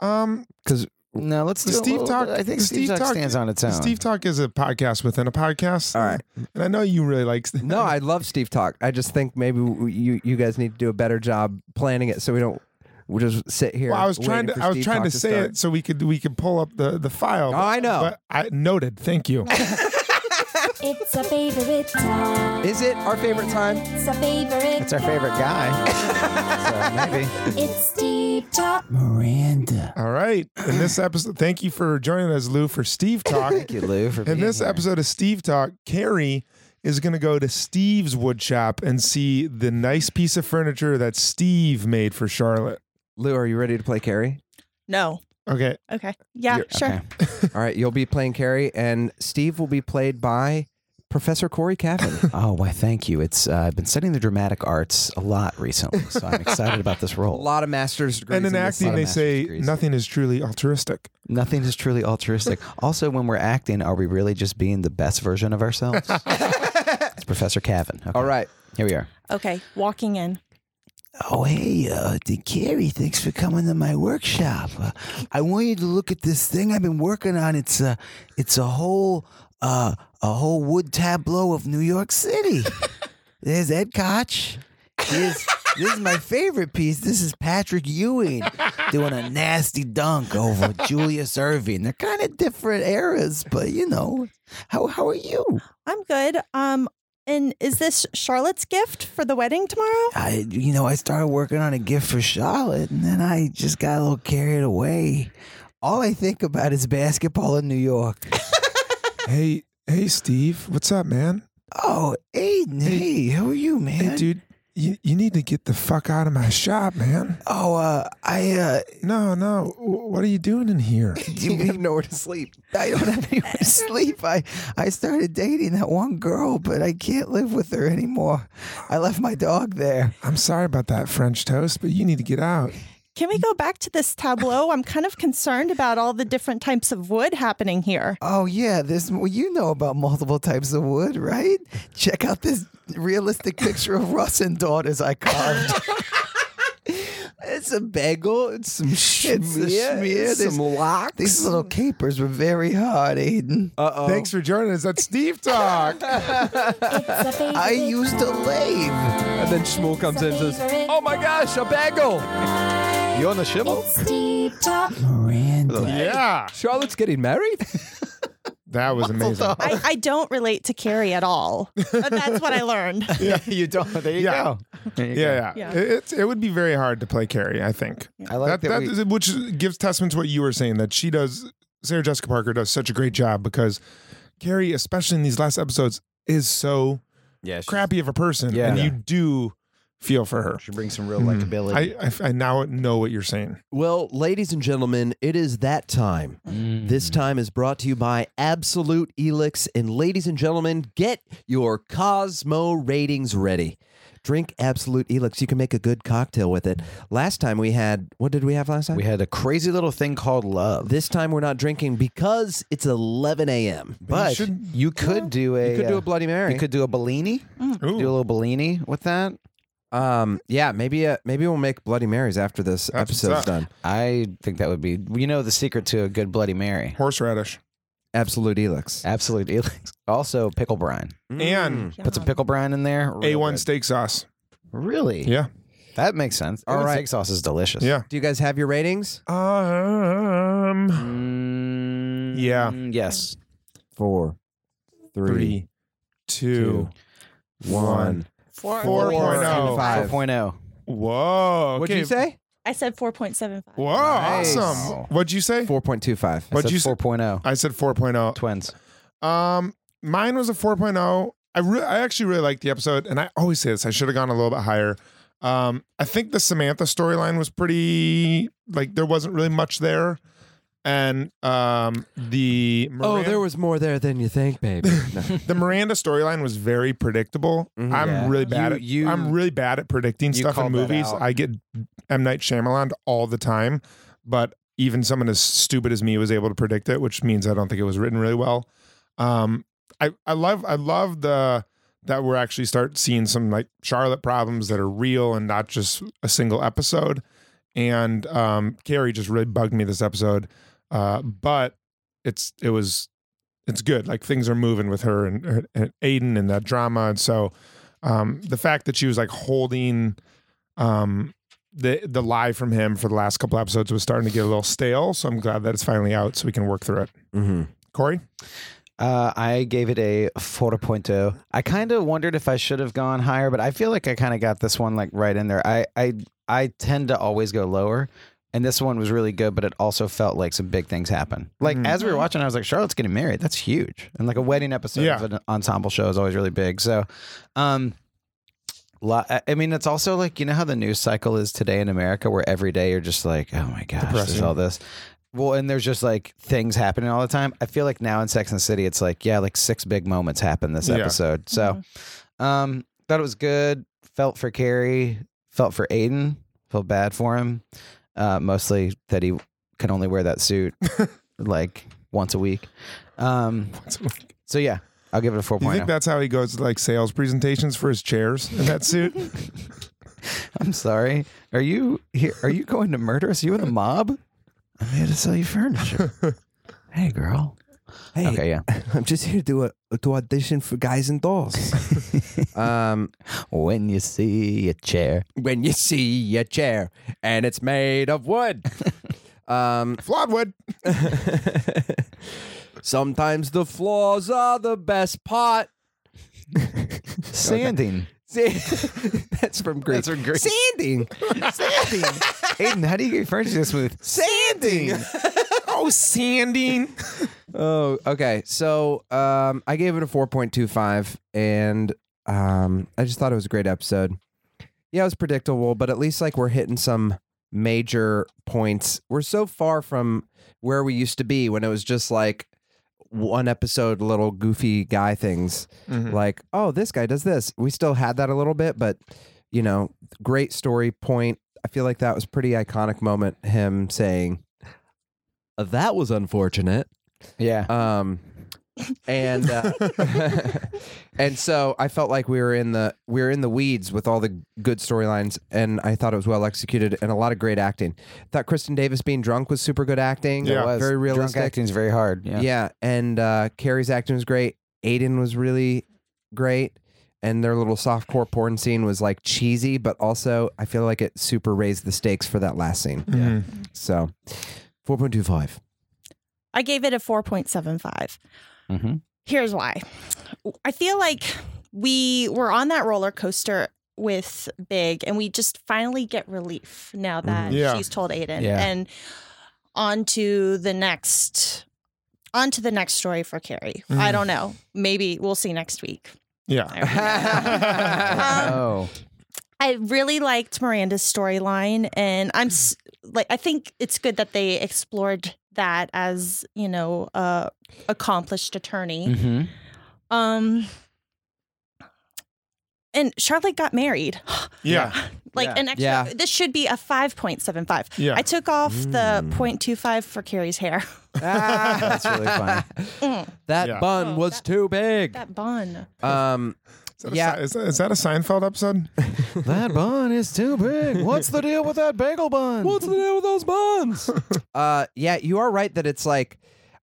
S7: um
S6: because
S5: No, let's
S7: The
S5: do a
S7: Steve
S5: little-
S7: Talk-
S5: I think
S7: the
S5: Steve,
S7: Steve
S5: Talk
S7: Talk-
S5: stands on its own.
S7: steve talk is a podcast within a podcast
S6: all right
S7: and i know you really like
S6: no i love steve talk i just think maybe w- you you guys need to do a better job planning it so we don't we just sit here
S7: Well, I was
S6: waiting
S7: trying to
S6: for
S7: I was
S6: Steve
S7: trying
S6: Talk
S7: to say
S6: start.
S7: it so we could we could pull up the the file.
S6: Oh, I know.
S7: But I noted. Thank you.
S4: It's a favorite time.
S6: Is it our favorite time?
S4: It's a favorite.
S5: It's our favorite guy. so maybe.
S4: It's Steve Talk.
S9: Miranda.
S7: All right. In this episode, thank you for joining us, Lou, for Steve Talk.
S5: Thank you, Lou, for
S7: In
S5: being
S7: this
S5: here.
S7: episode of Steve Talk, Carrie is going to go to Steve's woodshop and see the nice piece of furniture that Steve made for Charlotte.
S6: Lou, are you ready to play Carrie?
S8: No.
S7: Okay.
S8: Okay. Yeah,
S6: You're-
S8: sure.
S6: All right, you'll be playing Carrie, and Steve will be played by Professor Corey Cavan.
S5: Oh, why? Thank you. It's uh, I've been studying the dramatic arts a lot recently, so I'm excited about this
S6: a
S5: role.
S6: lot of master's degrees.
S7: and in
S6: this-
S7: acting,
S5: of
S7: they
S5: master's
S7: say
S5: degrees.
S7: nothing is truly altruistic.
S5: Nothing is truly altruistic. Also, when we're acting, are we really just being the best version of ourselves? it's Professor Cavan. Okay.
S6: All right.
S5: here we are.
S8: Okay. Walking in.
S9: Oh, hey, uh, the Carrie, thanks for coming to my workshop. Uh, I want you to look at this thing I've been working on. It's a, it's a whole, uh, a whole wood tableau of New York City. There's Ed Koch. Here's, this is my favorite piece. This is Patrick Ewing doing a nasty dunk over Julius Irving. They're kind of different eras, but you know, how how are you?
S8: I'm good. Um, and is this Charlotte's gift for the wedding tomorrow?
S9: I, you know, I started working on a gift for Charlotte, and then I just got a little carried away. All I think about is basketball in New York.
S7: hey, hey, Steve, what's up, man?
S9: Oh, Aiden, hey, how are you, man?
S7: Hey, dude, you, you need to get the fuck out of my shop, man.
S9: Oh, uh, I, uh,
S7: No, no. w- What are you doing in here?
S9: you have nowhere to sleep. I don't have anywhere to sleep. I, I started dating that one girl, but I can't live with her anymore. I left my dog there.
S7: I'm sorry about that French toast, but you need to get out.
S8: Can we go back to this tableau? I'm kind of concerned about all the different types of wood happening here.
S9: Oh yeah, this well, you know about multiple types of wood, right? Check out this realistic picture of Russ and daughters I carved. it's a bagel. It's some schmear. It's a schmear. There's-
S6: Some locks.
S9: These little capers were very hard, Aiden.
S5: Uh-uh.
S7: Thanks for joining us. That's Steve Talk.
S4: It's a
S9: I
S4: favorite.
S9: used a lathe.
S6: And then Shmuel comes in and says, Oh my gosh, a bagel.
S11: You on the shivel?
S4: It's Steve Talk.
S9: Miranda.
S7: yeah.
S6: Charlotte's getting married?
S7: That was amazing.
S8: I, I don't relate to Carrie at all. But that's what I learned.
S11: you don't. There you
S7: Yeah.
S11: go. There you go.
S7: Yeah, yeah.
S8: Yeah.
S7: It, it's- it would be very hard to play Carrie, I think.
S5: I like
S7: that,
S5: that
S7: that
S5: we-
S7: is- which gives testament to what you were saying that she does, Sarah Jessica Parker does such a great job because Carrie, especially in these last episodes, is so
S11: Yeah. she's-
S7: crappy of a person.
S11: Yeah.
S7: And
S11: Yeah.
S7: you do feel for her.
S11: She brings some real
S5: Mm-hmm.
S7: Mhm.
S11: likability.
S6: Hmm.
S7: I, I, I now know what you're saying.
S12: Well, ladies and gentlemen, it is that time.
S5: Hmm.
S12: This time is brought to you by Absolute Elix. And ladies and gentlemen, get your Cosmo ratings ready. Drink Absolute Elix. You can make a good cocktail with it. Last time we had, what did we have last time?
S5: We had a crazy little thing called love,
S12: this time we're not drinking because it's 11 a.m.
S5: but you,
S7: should-
S5: could do a
S12: You could do
S5: uh,
S12: a Bloody Mary.
S5: you could do a Bellini. Do a
S7: Ooh.
S5: little Bellini with that.
S6: Um, yeah, maybe uh, maybe we'll make Bloody Marys after this
S7: That's what's
S6: episode's
S7: up.
S6: done.
S5: I think that would be, you know, the secret to a good Bloody Mary.
S7: Horseradish.
S6: Absolute Elix. Mm.
S5: Absolute elix. Also, pickle brine.
S7: And
S5: Put some pickle brine in there. real
S7: A1
S5: good.
S7: steak sauce.
S5: Really?
S7: Yeah.
S5: That makes sense.
S6: All
S5: All right.
S6: right.
S5: Steak sauce is delicious.
S7: Yeah.
S6: Do you guys have your ratings?
S7: Um,
S5: Mm,
S7: Yeah.
S5: Yes.
S6: Four, three,
S7: three, two,
S6: one.
S8: Four. oh.
S7: Four. oh. 4.0.
S5: 4.0.
S7: Whoa.
S6: What'd
S7: okay.
S6: you say?
S8: I said 4.75.
S7: Whoa.
S6: Nice.
S7: Awesome. What'd you say?
S6: 4.25.
S5: I
S7: What'd
S5: said
S7: you say?
S5: 4.0.
S7: I said oh. 4.0.
S5: Twins.
S7: Um, mine was a 4.0. I re- I actually really liked the episode, and I always say this. I should have gone a little bit higher. Um, I think the Samantha storyline was pretty like there wasn't really much there, and um, the
S12: Oh,
S7: Miranda,
S12: there was more there than you think, baby.
S7: the Miranda storyline was very predictable.
S6: Mhm.
S5: Mm-hmm.
S7: I'm
S5: Yeah.
S7: really bad
S5: You-
S7: at
S5: you-
S7: I'm really bad at predicting
S5: you
S7: stuff in
S5: called that
S7: movies.
S5: out.
S7: I get M Night Shyamalan all the time, but even someone as stupid as me was able to predict it, which means I don't think it was written really well. Um, I I love I love the that we're actually start seeing some like Charlotte problems that are real and not just a single episode. And um, Carrie just really bugged me this episode, uh, but it's it was it's good. Like things are moving with her and, and Aiden and that drama, and so um, the fact that she was like holding um, the the lie from him for the last couple episodes was starting to get a little stale. So I'm glad that it's finally out, so we can work through it.
S6: Mm-hmm.
S7: Corey,
S5: Uh, I gave it a 4.0. I kind of wondered if I should have gone higher, but I feel like I kind of got this one like right in there. I I I tend to always go lower. And this one was really good, but it also felt like some big things happen. Like
S7: Mm-hmm.
S5: as we were watching, I was like, Charlotte's getting married. That's huge. And like a wedding episode
S7: Yeah.
S5: of an ensemble show is always really big. So, um, lot, I mean, it's also like you know how the news cycle is today in America, where every day you're just like, oh my gosh, there's
S7: Depressing.
S5: all this. Well, and there's just like things happening all the time. I feel like now in Sex and the City, it's like yeah, like six big moments happen this
S7: Yeah.
S5: episode. So, um, thought it was good. Felt for Carrie. Felt for Aiden. Felt bad for him. Uh, mostly that he can only wear that suit like once a week. Um, so yeah, I'll give it a four
S7: You
S5: point. oh.
S7: think that's how he goes to like sales presentations for his chairs in that suit?
S5: I'm sorry. Are you here? Are you going to murder us? Are you in the mob? I'm here to sell you furniture. hey, girl.
S6: Hey,
S5: Okay, yeah.
S6: I'm just here to uh, to audition for guys and dolls. um,
S5: when you see a chair,
S6: when you see a chair, and it's made of wood, um,
S7: Flawed wood.
S6: sometimes the flaws are the best part.
S5: Sanding.
S6: See, that's from Greek.
S5: That's from Greek.
S6: Sanding,
S5: Sanding. Aiden, how do you get furniture smooth?
S6: sanding.
S7: oh, sanding.
S6: Oh, okay. So um, I gave it a 4.25, and um, I just thought it was a great episode. Yeah, it was predictable, but at least like we're hitting some major points. We're so far from where we used to be when it was just like one episode, little goofy guy things.
S7: Mm-hmm.
S6: Like, oh, this guy does this. We still had that a little bit, but you know, great story point. I feel like that was pretty iconic moment. Him saying, "That was unfortunate."
S5: Yeah.
S6: Um, and uh, and so I felt like we were in the we were in the weeds with all the good storylines, and I thought it was well executed and a lot of great acting. Thought Kristen Davis being drunk was super good acting.
S7: Yeah. It
S5: was.
S6: very realistic.
S5: Drunk acting's very hard.
S6: yeah.
S5: Yeah.
S6: and uh, Carrie's acting was great. Aiden was really great. And their little softcore porn scene was like cheesy, but also I feel like it super raised the stakes for that last scene.
S7: Mhm.
S6: So, four point two five.
S8: I gave it a 4.75.
S5: Mhm.
S8: Here's why. I feel like we were on that roller coaster with Big, and we just finally get relief now that
S7: Mhm. Yeah.
S8: she's told Aiden,
S5: Yeah.
S8: and on to the next, on to the next story for Carrie. I don't know. Maybe we'll see next week.
S7: Yeah.
S5: Oh.
S8: I really liked Miranda's storyline, and I'm s- like, I think it's good that they explored that as you know, uh, accomplished attorney.
S5: Mm-hmm.
S8: Um, and Charlotte got married,
S7: Yeah.
S8: like
S5: Yeah.
S8: an extra.
S6: Yeah.
S8: This should be a five point seven five.
S7: Yeah.
S8: I took off the
S5: Mm.
S8: 0.25 for Carrie's hair.
S5: That's really funny.
S8: Mm,
S6: That
S7: Yeah.
S6: bun
S8: Oh,
S6: was
S8: that-
S6: too big.
S8: that bun.
S6: um,
S7: Is that a
S6: Yeah.
S7: Si- is, that- is that a Seinfeld episode?
S5: that bun is too big. What's the deal with that bagel bun?
S6: What's the deal with those buns? uh, yeah, you are right that it's like,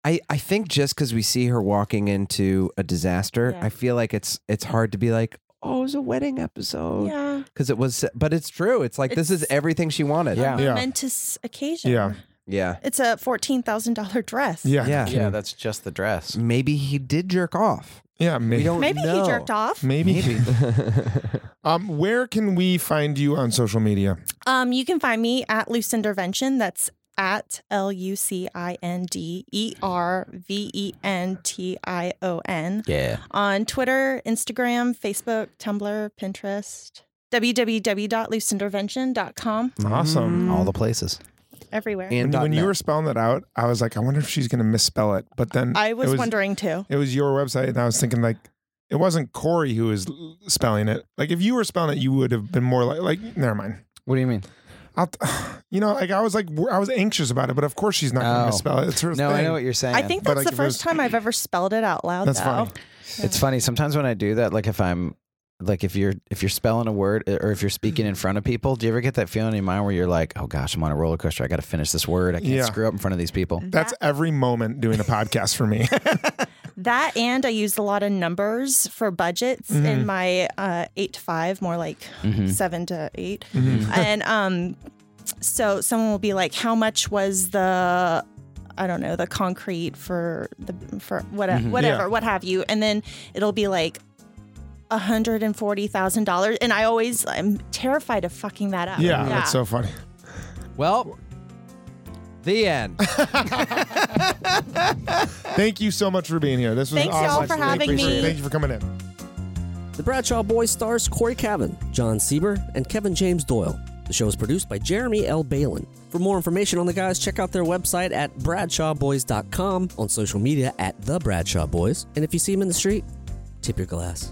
S6: I, I think just because we see her walking into a disaster,
S8: Yeah.
S6: I feel like it's it's hard to be like, oh, it was a wedding
S5: Oh.
S6: episode
S8: Yeah,
S6: because it was, but it's true. It's like this is
S8: It's-
S6: everything she wanted.
S5: Yeah.
S7: Yeah.
S8: momentous occasion.
S7: Yeah.
S6: yeah,
S8: It's a fourteen thousand dollar dress.
S7: Yeah.
S6: yeah.
S5: Yeah, that's just the dress.
S6: Maybe he did jerk off.
S7: Yeah. Maybe.
S6: We don't
S8: Maybe
S6: know.
S8: he jerked off.
S7: maybe. um, where can we find you on social media?
S8: Um, you can find me at Lucindervention. That's at L U C I N D E R V E N T I O N
S5: Yeah.
S8: on Twitter, Instagram, Facebook, Tumblr, Pinterest, www.lucindervention.com, Mm.
S7: Awesome.
S5: All the places.
S8: everywhere.
S6: And
S7: When,
S6: dot
S7: when
S6: net.
S7: you were spelling that out, I was like, I wonder if she's going to misspell it. But then
S8: I
S7: it
S8: was, wondering too.
S7: It was your website, and I was thinking like, it wasn't Corey who was l- spelling it. Like, if you were spelling it, you would have been more like, like, never mind.
S5: What do you mean?
S7: I'll, t- you know, like I was like, wor- I was anxious about it, but of course she's not going to
S5: Oh.
S7: misspell it. It's her
S5: No,
S7: thing.
S5: I know what you're saying.
S8: I think
S7: But, like,
S8: that's the
S7: if it was-
S8: first time I've ever spelled it out loud.
S7: That's
S8: though.
S7: funny.
S5: It's funny sometimes when I do that. Like if I'm, like if you're if you're spelling a word or if you're speaking in front of people, do you ever get that feeling in your mind where you're like, oh gosh, I'm on a roller coaster. I got to finish this word. I can't
S7: Yeah. Mm-hmm.
S5: screw up in front of these people.
S7: That's every moment doing a podcast for me.
S8: That and I used a lot of numbers for budgets in my uh, eight to five, more like seven to 8 And um, so someone will be like, "How much was the?" I don't know the concrete for the for whatever whatever what have you, and then it'll be like hundred and forty thousand dollars, and I always I'm terrified of fucking that up.
S7: yeah, that's so funny.
S6: Well,
S12: The end.
S7: Thank you so much for being here. This was
S8: Thanks,
S7: awesome.
S8: y'all, for having
S7: Thank you
S8: me.
S7: Thank you for coming in.
S13: The Bradshaw Boys stars Corey Cavan, John Sieber, and Kevin James Doyle. The show is produced by Jeremy L. Balin. For more information on the guys, check out their website at bradshawboys.com, on social media at The Bradshaw Boys, and if you see them in the street, tip your glass.